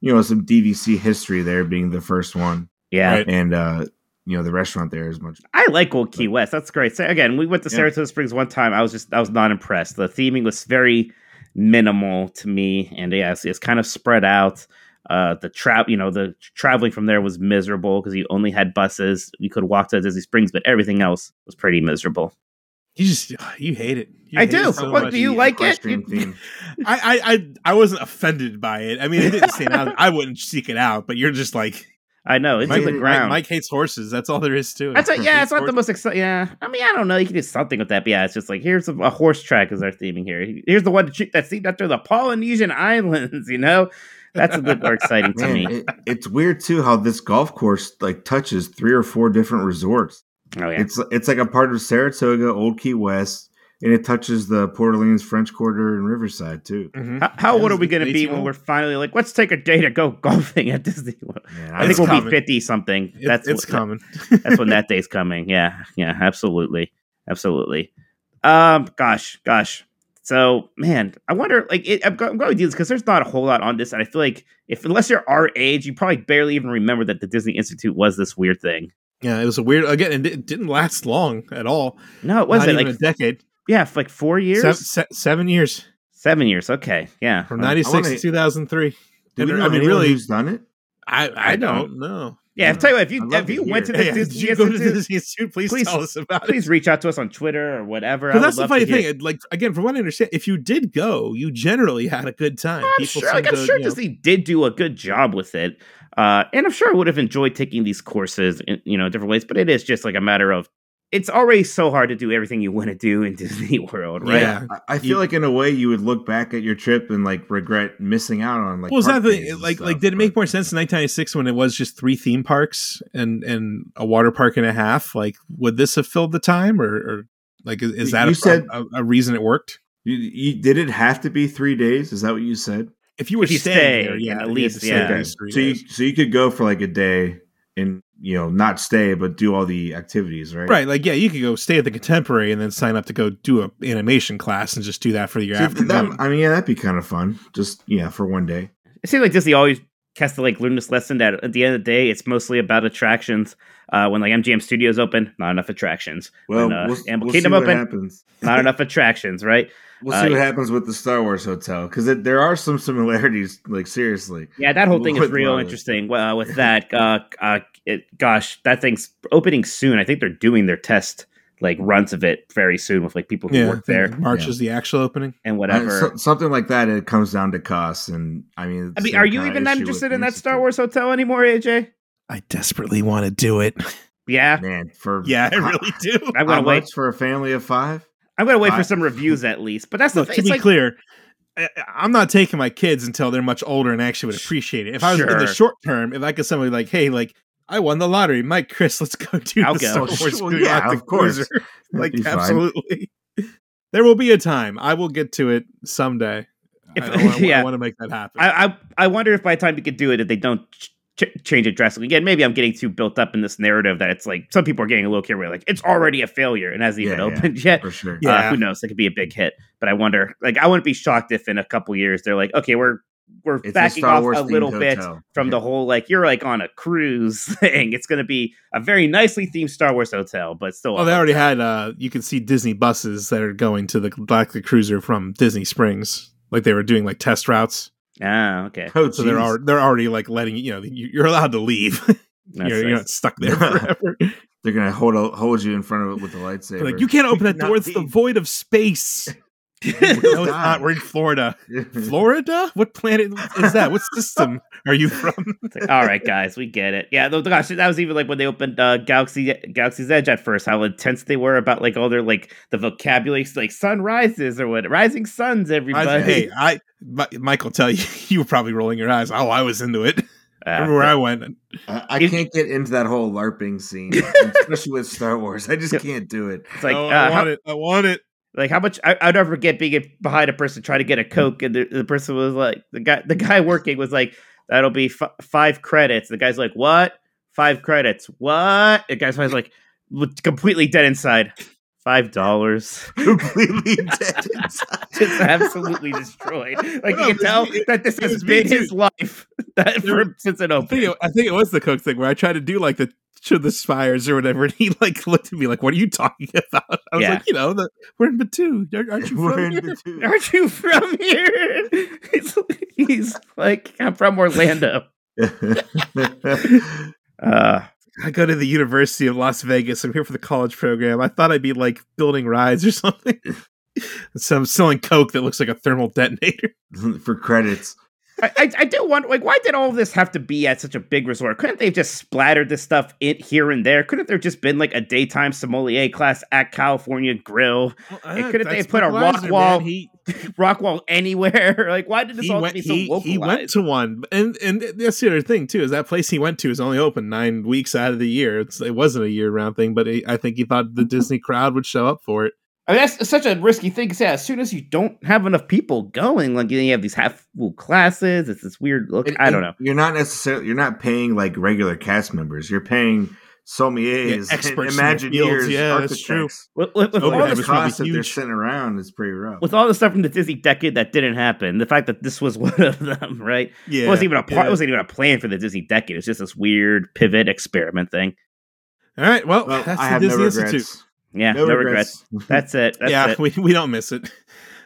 [SPEAKER 5] you know, some DVC history there being the first one,
[SPEAKER 4] Yeah.
[SPEAKER 3] Right.
[SPEAKER 5] and uh, you know, the restaurant there is much.
[SPEAKER 4] I like Old Key West. That's great. So again, we went to
[SPEAKER 5] Yeah.
[SPEAKER 4] Saratoga Springs one time. I was just I was not impressed. The theming was very minimal to me, and yes, it's kind of spread out. Uh, the trap, you know, the traveling from there was miserable because you only had buses. You could walk to Disney Springs, but everything else was pretty miserable.
[SPEAKER 3] You just you hate it. You
[SPEAKER 4] I
[SPEAKER 3] hate
[SPEAKER 4] do.
[SPEAKER 3] it so
[SPEAKER 4] What
[SPEAKER 3] much.
[SPEAKER 4] do you like it?
[SPEAKER 5] Equestrian
[SPEAKER 4] You-
[SPEAKER 5] theme.
[SPEAKER 3] I, I I I wasn't offended by it. I mean, it didn't stand out. I wouldn't seek it out, but you're just like
[SPEAKER 4] I know it's in
[SPEAKER 3] Mike,
[SPEAKER 4] the
[SPEAKER 5] Mike-
[SPEAKER 4] ground.
[SPEAKER 3] Mike hates horses. That's all there is to it.
[SPEAKER 4] That's a, yeah,
[SPEAKER 3] Hates
[SPEAKER 4] it's not the
[SPEAKER 3] horses.
[SPEAKER 4] most exciting. Yeah, I mean, I don't know. You can do something with that, but yeah, it's just like here's a, a horse track is our theming here. Here's the one that shoot- that's themed after the Polynesian islands. You know, that's a bit more exciting to me.
[SPEAKER 5] Man, it, it's weird too how this golf course like touches three or four different resorts.
[SPEAKER 4] Oh yeah,
[SPEAKER 5] It's it's like a part of Saratoga, Old Key West, and it touches the Port Orleans, French Quarter, and Riverside too.
[SPEAKER 3] Mhm.
[SPEAKER 4] How, how old are
[SPEAKER 5] Is
[SPEAKER 4] we
[SPEAKER 5] it
[SPEAKER 4] going to be when
[SPEAKER 5] 18?
[SPEAKER 4] we're finally like, let's take a day to go golfing at Disney World? I
[SPEAKER 5] Man, don't
[SPEAKER 4] think
[SPEAKER 3] It's
[SPEAKER 4] we'll
[SPEAKER 3] coming.
[SPEAKER 4] be 50 something.
[SPEAKER 3] It-
[SPEAKER 4] That's
[SPEAKER 3] it's
[SPEAKER 4] what-
[SPEAKER 3] common.
[SPEAKER 4] That's when that day's coming. Yeah. Yeah. Absolutely. Absolutely. Um, gosh, gosh. So, man, I wonder, like, it, I'm, go- I'm going to do this because there's not a whole lot on this. And I feel like if, unless you're our age, you probably barely even remember that the Disney Institute was this weird thing.
[SPEAKER 3] Yeah, it was a weird again, and it didn't last long at all.
[SPEAKER 4] No, it wasn't.
[SPEAKER 3] Not
[SPEAKER 4] Like,
[SPEAKER 3] even a decade?
[SPEAKER 4] yeah, f- like four years,
[SPEAKER 3] Se-
[SPEAKER 4] seven,
[SPEAKER 3] se- seven years
[SPEAKER 4] years. Okay. Yeah. Um,
[SPEAKER 3] from
[SPEAKER 5] I- I
[SPEAKER 3] ninety six to
[SPEAKER 5] wanna-
[SPEAKER 3] two thousand three.
[SPEAKER 5] Do we
[SPEAKER 3] And,
[SPEAKER 5] know
[SPEAKER 3] I mean,
[SPEAKER 5] anyone
[SPEAKER 3] really-
[SPEAKER 5] who's done it?
[SPEAKER 3] I I
[SPEAKER 4] I
[SPEAKER 3] don't know.
[SPEAKER 4] Yeah. I'll tell you what, if
[SPEAKER 5] I'd
[SPEAKER 4] you,
[SPEAKER 5] love
[SPEAKER 4] if
[SPEAKER 5] to
[SPEAKER 4] you went to the
[SPEAKER 5] hear.
[SPEAKER 3] Hey, did
[SPEAKER 4] Disney
[SPEAKER 3] you go to
[SPEAKER 4] Institute-
[SPEAKER 3] the Disney Institute? Please,
[SPEAKER 4] Please-
[SPEAKER 3] tell us about it.
[SPEAKER 4] please reach out to us on Twitter or whatever. I
[SPEAKER 3] But
[SPEAKER 4] would
[SPEAKER 3] that's the
[SPEAKER 4] love
[SPEAKER 3] funny
[SPEAKER 4] to hear.
[SPEAKER 3] thing. it- Like again, from what I understand, if you did go, you generally had a good time.
[SPEAKER 4] I'm sure, like, I'm sure
[SPEAKER 3] you know-
[SPEAKER 4] Disney did do a good job with it, uh, and I'm sure I would have enjoyed taking these courses, in, you know, different ways. But it is just like a matter of it's already so hard to do everything you want to do in Disney World, right?
[SPEAKER 3] Yeah.
[SPEAKER 5] I- I feel
[SPEAKER 3] You-
[SPEAKER 5] like in a way you would look back at your trip and like regret missing out on like.
[SPEAKER 3] well, is that
[SPEAKER 5] park
[SPEAKER 3] the
[SPEAKER 5] days and
[SPEAKER 3] like?
[SPEAKER 5] stuff,
[SPEAKER 3] like, did it make
[SPEAKER 5] but-
[SPEAKER 3] more sense in 1996 when it was just three theme parks and and a water park and a half? Like, would this have filled the time, or, or like, is, is
[SPEAKER 5] You-
[SPEAKER 3] that
[SPEAKER 5] you
[SPEAKER 3] a,
[SPEAKER 5] said-
[SPEAKER 3] a, a reason it worked?
[SPEAKER 5] You, you, did it have to be three days? Is that what you said?
[SPEAKER 3] If you were
[SPEAKER 4] If you
[SPEAKER 3] staying there,
[SPEAKER 4] stay,
[SPEAKER 3] yeah,
[SPEAKER 4] at
[SPEAKER 3] you had
[SPEAKER 4] least,
[SPEAKER 3] to stay there
[SPEAKER 4] yeah.
[SPEAKER 5] Okay.
[SPEAKER 3] three
[SPEAKER 5] So you
[SPEAKER 3] days.
[SPEAKER 5] so you could go for like a day and you know, not stay but do all the activities, right?
[SPEAKER 3] Right, like yeah, you could go stay at the contemporary and then sign up to go do a animation class and just do that for your
[SPEAKER 5] See,
[SPEAKER 3] afternoon.
[SPEAKER 5] that, I mean, yeah, that'd be kind of fun. Just yeah, for one day.
[SPEAKER 4] It seems like Disney always has to like learn this lesson that at the end of the day, it's mostly about attractions. Uh, when like MGM Studios open, not enough attractions.
[SPEAKER 5] Well,
[SPEAKER 4] When, uh,
[SPEAKER 5] we'll,
[SPEAKER 4] Animal
[SPEAKER 5] we'll
[SPEAKER 4] Kingdom
[SPEAKER 5] see what
[SPEAKER 4] open.
[SPEAKER 5] happens.
[SPEAKER 4] Not enough attractions, right?
[SPEAKER 5] We'll
[SPEAKER 4] Uh,
[SPEAKER 5] see what happens with the Star Wars hotel because there are some similarities. Like seriously,
[SPEAKER 4] Yeah, that whole thing is
[SPEAKER 5] With
[SPEAKER 4] real
[SPEAKER 5] Marvel.
[SPEAKER 4] interesting. Well, with that, uh, uh, it, gosh, that thing's opening soon. I think they're doing their test like runs of it very soon with like people who
[SPEAKER 3] yeah, I
[SPEAKER 4] work
[SPEAKER 3] think
[SPEAKER 4] there
[SPEAKER 3] March
[SPEAKER 5] Yeah.
[SPEAKER 3] is the actual opening.
[SPEAKER 4] and
[SPEAKER 5] Uh,
[SPEAKER 4] whatever.
[SPEAKER 5] so- something like that. It comes down to costs, and I mean,
[SPEAKER 4] I mean, are you even that interested in that Star Wars hotel anymore, AJ?
[SPEAKER 3] I desperately want to do it.
[SPEAKER 4] Yeah,
[SPEAKER 5] Man, for
[SPEAKER 3] yeah, I really do.
[SPEAKER 4] I'm
[SPEAKER 5] How
[SPEAKER 4] gonna wait.
[SPEAKER 5] much for a family of five?
[SPEAKER 4] I'm gonna wait
[SPEAKER 5] I-
[SPEAKER 4] for some reviews at least. But that's the
[SPEAKER 3] Look,
[SPEAKER 4] thing.
[SPEAKER 3] to
[SPEAKER 4] It's
[SPEAKER 3] be
[SPEAKER 4] like,
[SPEAKER 3] clear, I, I'm not taking my kids until they're much older and actually would appreciate it. If I was in the
[SPEAKER 4] Sure.
[SPEAKER 3] short term, if I could somebody like, hey, like I won the lottery, Mike, Chris, let's go do
[SPEAKER 4] I'll
[SPEAKER 3] the
[SPEAKER 4] go.
[SPEAKER 3] Star
[SPEAKER 5] Well,
[SPEAKER 3] Wars
[SPEAKER 5] sure,
[SPEAKER 3] Galactic
[SPEAKER 5] yeah, of course.
[SPEAKER 3] Cruiser."
[SPEAKER 5] That'd
[SPEAKER 3] like
[SPEAKER 5] be fine.
[SPEAKER 3] absolutely. There will be a time. I will get to it someday.
[SPEAKER 4] If-
[SPEAKER 3] I, I, wanna-
[SPEAKER 4] yeah.
[SPEAKER 3] I want to make that happen.
[SPEAKER 4] I, I I wonder if by the time we could do it, if they don't ch- ch- change it drastically again, maybe I'm getting too built up in this narrative that it's like some people are getting a little carried away, like it's already a failure and hasn't even
[SPEAKER 5] Yeah, yeah.
[SPEAKER 4] opened yet.
[SPEAKER 5] for sure.
[SPEAKER 3] Yeah.
[SPEAKER 4] Uh, who knows? That could be a big hit. But I wonder. Like, I wouldn't be shocked if in a couple years they're like, okay, we're we're
[SPEAKER 5] It's
[SPEAKER 4] backing
[SPEAKER 5] Star
[SPEAKER 4] off
[SPEAKER 5] Wars
[SPEAKER 4] a little
[SPEAKER 5] themed
[SPEAKER 4] bit
[SPEAKER 5] hotel.
[SPEAKER 4] from the whole like you're like on a cruise thing. It's going to be a very nicely themed Star Wars hotel, but still.
[SPEAKER 3] oh, they already had. Uh, you can see Disney buses that are going to the Galactic Cruiser from Disney Springs. Like they were doing like test routes.
[SPEAKER 4] Ah, okay.
[SPEAKER 5] Oh,
[SPEAKER 3] So they're
[SPEAKER 5] geez.
[SPEAKER 3] already, they're already like letting you- you know you- you're allowed to leave.
[SPEAKER 4] That's
[SPEAKER 3] you're, you're
[SPEAKER 4] nice.
[SPEAKER 3] not stuck there forever.
[SPEAKER 5] They're gonna hold a, hold you in front of it with the lightsaber.
[SPEAKER 3] like you can't open that
[SPEAKER 5] Not
[SPEAKER 3] door. It's the
[SPEAKER 5] leave.
[SPEAKER 3] void of space. no, it's not. We're in Florida. Florida? What planet is that? What system are you from?
[SPEAKER 4] It's like, all right, guys, we get it. Yeah, th- gosh, that was even like when they opened uh, Galaxy Galaxy's Edge at first, how intense they were about like all their like the vocabulary, like sun rises or what, rising suns, everybody.
[SPEAKER 3] I, hey, I Mi- Michael, tell you, you were probably rolling your eyes. Oh, I was into it.
[SPEAKER 4] Ah,
[SPEAKER 3] Remember where I went?
[SPEAKER 5] I, I
[SPEAKER 4] If-
[SPEAKER 5] can't get into that whole LARPing scene, especially with Star Wars. I just
[SPEAKER 4] Yep.
[SPEAKER 5] can't do it.
[SPEAKER 4] it's like
[SPEAKER 3] oh,
[SPEAKER 4] uh,
[SPEAKER 3] I
[SPEAKER 4] how-
[SPEAKER 3] want it. I want it.
[SPEAKER 4] Like how much I, I'd ever get being behind a person trying to get a coke, and the, the person was like, the guy, the guy working was like, "That'll be f- five credits." The guy's like, "What? Five credits? What?" The guy's always like, w- completely dead inside. Five dollars,
[SPEAKER 5] Completely dead inside.
[SPEAKER 4] just absolutely destroyed. Like
[SPEAKER 3] No,
[SPEAKER 4] you can
[SPEAKER 3] it
[SPEAKER 4] tell
[SPEAKER 3] was me- it-
[SPEAKER 4] that this
[SPEAKER 3] it
[SPEAKER 4] has
[SPEAKER 3] was me
[SPEAKER 4] been
[SPEAKER 3] too.
[SPEAKER 4] his life that for, since it
[SPEAKER 3] I think
[SPEAKER 4] opened.
[SPEAKER 3] it, I think it was the Coke thing where I tried to do like the should the spires or whatever, and he like looked at me like, "What are you talking about?" I was
[SPEAKER 4] Yeah.
[SPEAKER 3] like, "You know, the, we're in Batu. Aren't aren't you
[SPEAKER 5] We're
[SPEAKER 3] from
[SPEAKER 5] in
[SPEAKER 3] here?"
[SPEAKER 5] the two.
[SPEAKER 4] Aren't you from here? He's, he's like, I'm from Orlando. Uh,
[SPEAKER 3] I go to the University of Las Vegas. I'm here for the college program. I thought I'd be like building rides or something. so I'm selling Coke that looks like a thermal detonator.
[SPEAKER 5] For credits.
[SPEAKER 4] I, I, I do wonder, like, why did all of this have to be at such a big resort? Couldn't they have just splattered this stuff in here and there? Couldn't there just been like a daytime sommelier class at California Grill, And couldn't
[SPEAKER 3] uh,
[SPEAKER 4] they
[SPEAKER 3] That's
[SPEAKER 4] put a
[SPEAKER 3] Budweiser,
[SPEAKER 4] rock
[SPEAKER 3] man.
[SPEAKER 4] wall-
[SPEAKER 3] He,
[SPEAKER 4] rock wall anywhere? like, why did this
[SPEAKER 3] he
[SPEAKER 4] all
[SPEAKER 3] went,
[SPEAKER 4] be so
[SPEAKER 3] he,
[SPEAKER 4] localized?
[SPEAKER 3] he went to one, and and that's the other thing too is that place he went to is only open nine weeks out of the year. It's, it wasn't a year round thing, but he, I think he thought the Disney crowd would show up for it.
[SPEAKER 4] I mean, that's such a risky thing. 'cause, Yeah, as soon as you don't have enough people going, like, you have these half full classes. It's this weird look.
[SPEAKER 5] And-
[SPEAKER 4] I don't know.
[SPEAKER 5] and You're not necessarily you're not paying like regular cast members. You're paying sommeliers,
[SPEAKER 3] Yeah, experts
[SPEAKER 5] and
[SPEAKER 3] in their
[SPEAKER 5] Imagineers,
[SPEAKER 3] fields. Yeah, that's
[SPEAKER 5] architects.
[SPEAKER 3] true. Oh,
[SPEAKER 4] With, with- with
[SPEAKER 5] All
[SPEAKER 3] Overhead
[SPEAKER 4] all
[SPEAKER 5] the
[SPEAKER 4] this
[SPEAKER 3] was probably
[SPEAKER 5] costs that they're
[SPEAKER 3] huge.
[SPEAKER 5] sitting around is pretty rough.
[SPEAKER 4] with all the stuff from the Disney decade that didn't happen, the fact that this was one of them, right?
[SPEAKER 3] Yeah,
[SPEAKER 4] it wasn't even a part.
[SPEAKER 3] yeah.
[SPEAKER 4] It wasn't even a plan for the Disney decade. It's just this weird pivot experiment thing.
[SPEAKER 3] All right, well,
[SPEAKER 5] Well,
[SPEAKER 3] oh, that's
[SPEAKER 5] I
[SPEAKER 3] the
[SPEAKER 5] have
[SPEAKER 3] Disney
[SPEAKER 5] no regrets.
[SPEAKER 3] Institute.
[SPEAKER 4] Yeah, no,
[SPEAKER 5] No,
[SPEAKER 4] regrets.
[SPEAKER 5] regrets.
[SPEAKER 4] That's it. That's
[SPEAKER 3] yeah,
[SPEAKER 4] it.
[SPEAKER 3] we we don't miss it.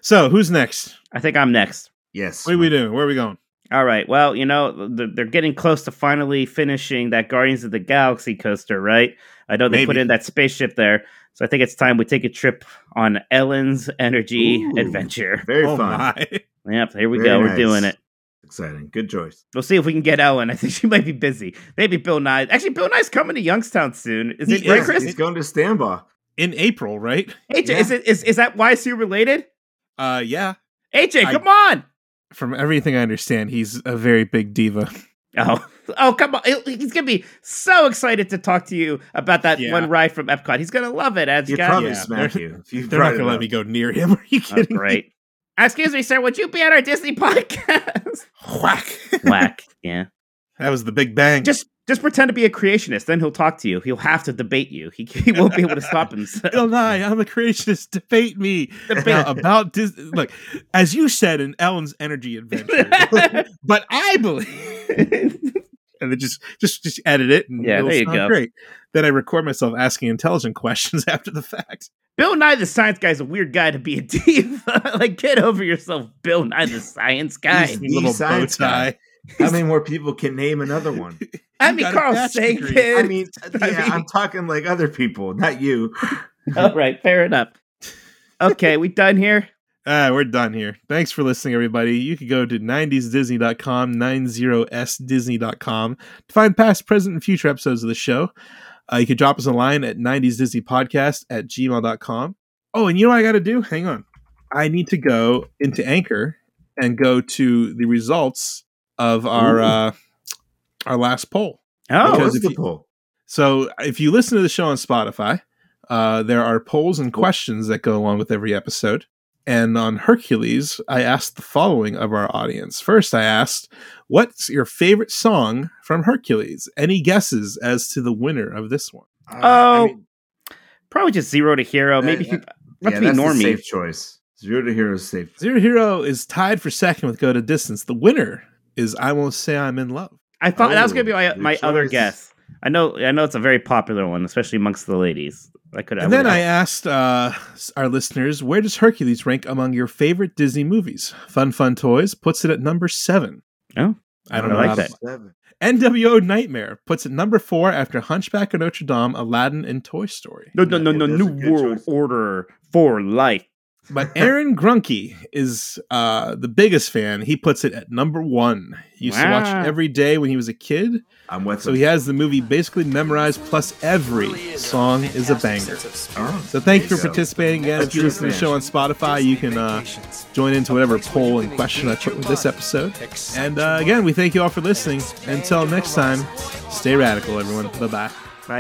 [SPEAKER 3] So who's next?
[SPEAKER 4] I think I'm next.
[SPEAKER 5] Yes.
[SPEAKER 3] What are we doing? Where are we going?
[SPEAKER 4] All right. Well, you know they're, they're getting close to finally finishing that Guardians of the Galaxy coaster, right? I know they put
[SPEAKER 3] Maybe.
[SPEAKER 4] in that spaceship there, so I think it's time we take a trip on Ellen's Energy
[SPEAKER 5] Ooh.
[SPEAKER 4] Adventure.
[SPEAKER 5] Very
[SPEAKER 3] oh
[SPEAKER 5] fun.
[SPEAKER 3] my!
[SPEAKER 4] Yep, here we
[SPEAKER 5] Very
[SPEAKER 4] go. We're
[SPEAKER 5] nice.
[SPEAKER 4] doing it.
[SPEAKER 5] Exciting. Good choice.
[SPEAKER 4] We'll see if we can get Ellen. I think she might be busy. Maybe Bill Nye. Actually, Bill Nye's coming to Youngstown soon. Is
[SPEAKER 3] He
[SPEAKER 4] it right,
[SPEAKER 3] is.
[SPEAKER 4] Chris?
[SPEAKER 5] He's going to Stambaugh.
[SPEAKER 3] In April, right?
[SPEAKER 4] AJ,
[SPEAKER 5] Yeah.
[SPEAKER 4] is it is is that YSU related?
[SPEAKER 3] Uh, yeah.
[SPEAKER 4] AJ,
[SPEAKER 3] I-
[SPEAKER 4] come on.
[SPEAKER 3] From everything I understand, he's a very big diva.
[SPEAKER 4] Oh, oh, come on. He'll- He's going to be so excited to talk to you about that
[SPEAKER 3] Yeah.
[SPEAKER 4] one ride from Epcot. He's going to love it, as
[SPEAKER 5] You
[SPEAKER 4] you guys.
[SPEAKER 5] probably
[SPEAKER 3] yeah.
[SPEAKER 5] smack you. If you
[SPEAKER 3] They're not
[SPEAKER 5] brought
[SPEAKER 3] gonna
[SPEAKER 5] it
[SPEAKER 3] let
[SPEAKER 5] up.
[SPEAKER 3] me go near him. Are you
[SPEAKER 4] Oh,
[SPEAKER 3] kidding? me?
[SPEAKER 4] great. Excuse me, sir. Would you be on our Disney podcast?
[SPEAKER 3] Whack.
[SPEAKER 4] Whack. Yeah.
[SPEAKER 3] That was the Big Bang.
[SPEAKER 4] Just just pretend to be a creationist. Then he'll talk to you. He'll have to debate you. He, he won't be able to stop himself.
[SPEAKER 3] Bill Nye, I'm a creationist. Debate me
[SPEAKER 4] Debate.
[SPEAKER 3] now about Disney. Look, as you said in Ellen's Energy Adventure, but I believe, and then just just just edit it. And
[SPEAKER 4] Yeah,
[SPEAKER 3] it'll
[SPEAKER 4] there you
[SPEAKER 3] sound
[SPEAKER 4] go.
[SPEAKER 3] Great. Then I record myself asking intelligent questions after the fact.
[SPEAKER 4] Bill Nye the Science Guy is a weird guy to be a diva. like, get over yourself, Bill Nye the Science Guy.
[SPEAKER 5] He's-
[SPEAKER 3] A little bow
[SPEAKER 5] science guy.
[SPEAKER 3] tie.
[SPEAKER 5] How many more people can name another one?
[SPEAKER 4] I mean,
[SPEAKER 3] got a
[SPEAKER 4] Carl
[SPEAKER 3] bachelor's
[SPEAKER 4] Sagan.
[SPEAKER 3] degree.
[SPEAKER 5] I mean,
[SPEAKER 4] I
[SPEAKER 5] yeah,
[SPEAKER 4] mean-
[SPEAKER 5] I'm talking like other people, not you.
[SPEAKER 4] All right, fair enough. Okay, we done here.
[SPEAKER 3] Ah, we're done here. Thanks for listening, everybody. You can go to 90sdisney.com, 90sdisney.com to find past, present, and future episodes of the show. Uh, you can drop us a line at 90sdisneypodcast at gmail.com. Oh, and you know what I got to do? Hang on. I need to go into Anchor and go to the results of our
[SPEAKER 5] Ooh.
[SPEAKER 3] uh, our last poll.
[SPEAKER 5] Oh,
[SPEAKER 4] Oh,
[SPEAKER 3] Because
[SPEAKER 5] what's
[SPEAKER 3] if
[SPEAKER 5] the
[SPEAKER 3] you-
[SPEAKER 5] poll?
[SPEAKER 3] So if you listen to the show on Spotify, uh, there are polls and questions that go along with every episode. And on Hercules, I asked the following of our audience. First, I asked, What's your favorite song from Hercules? Any guesses as to the winner of this one?
[SPEAKER 5] Uh, I
[SPEAKER 4] oh,
[SPEAKER 5] mean,
[SPEAKER 4] probably just zero to hero. Maybe
[SPEAKER 5] Uh,
[SPEAKER 4] let's
[SPEAKER 5] yeah,
[SPEAKER 4] be
[SPEAKER 5] that's the
[SPEAKER 4] normie.
[SPEAKER 5] safe choice. Zero to hero is safe.
[SPEAKER 3] Zero Hero is tied for second with Go to Distance. The winner is I Won't Say I'm in Love.
[SPEAKER 4] I thought that was gonna be
[SPEAKER 5] Oh,
[SPEAKER 4] my,
[SPEAKER 5] good
[SPEAKER 4] my other
[SPEAKER 5] choice.
[SPEAKER 4] guess. I know, I know, it's a very popular one, especially amongst the ladies. I could.
[SPEAKER 3] And then I asked uh, our listeners, Where does Hercules rank among your favorite Disney movies? Fun Fun Toys puts it at number seven.
[SPEAKER 4] Oh,
[SPEAKER 3] I don't
[SPEAKER 4] I
[SPEAKER 3] know
[SPEAKER 4] like
[SPEAKER 3] how to
[SPEAKER 4] that.
[SPEAKER 5] Seven.
[SPEAKER 3] NWO Nightmare puts it number four after Hunchback of Notre Dame, Aladdin, and Toy Story.
[SPEAKER 4] no, no, no, no,
[SPEAKER 5] That's a
[SPEAKER 4] New
[SPEAKER 5] good
[SPEAKER 4] World
[SPEAKER 5] choice.
[SPEAKER 4] Order for life.
[SPEAKER 3] But Aaron Grunke is uh, the biggest fan. He puts it at number one. He used to watch
[SPEAKER 4] Wow.
[SPEAKER 3] it every day when he was a kid.
[SPEAKER 5] I'm with
[SPEAKER 3] So
[SPEAKER 5] him.
[SPEAKER 3] he has the movie basically memorized, plus every song is a banger.
[SPEAKER 5] Oh,
[SPEAKER 3] So thank you for
[SPEAKER 5] so-
[SPEAKER 3] participating again. If you listen to the show on Spotify, you can uh, join into whatever poll and question I put with this episode. And uh, again, we thank you all for listening. Until next time, stay radical, everyone. Bye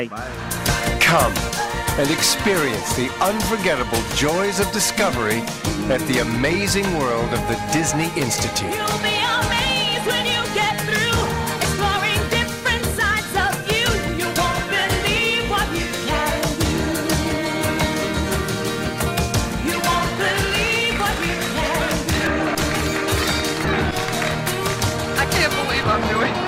[SPEAKER 3] bye.
[SPEAKER 4] Like,
[SPEAKER 6] Come and experience the unforgettable joys of discovery at the amazing world of the Disney Institute.
[SPEAKER 2] You'll be amazed when you get through exploring different sides of you. You won't believe what you can do. You won't believe what you can do.
[SPEAKER 7] I can't believe I'm doing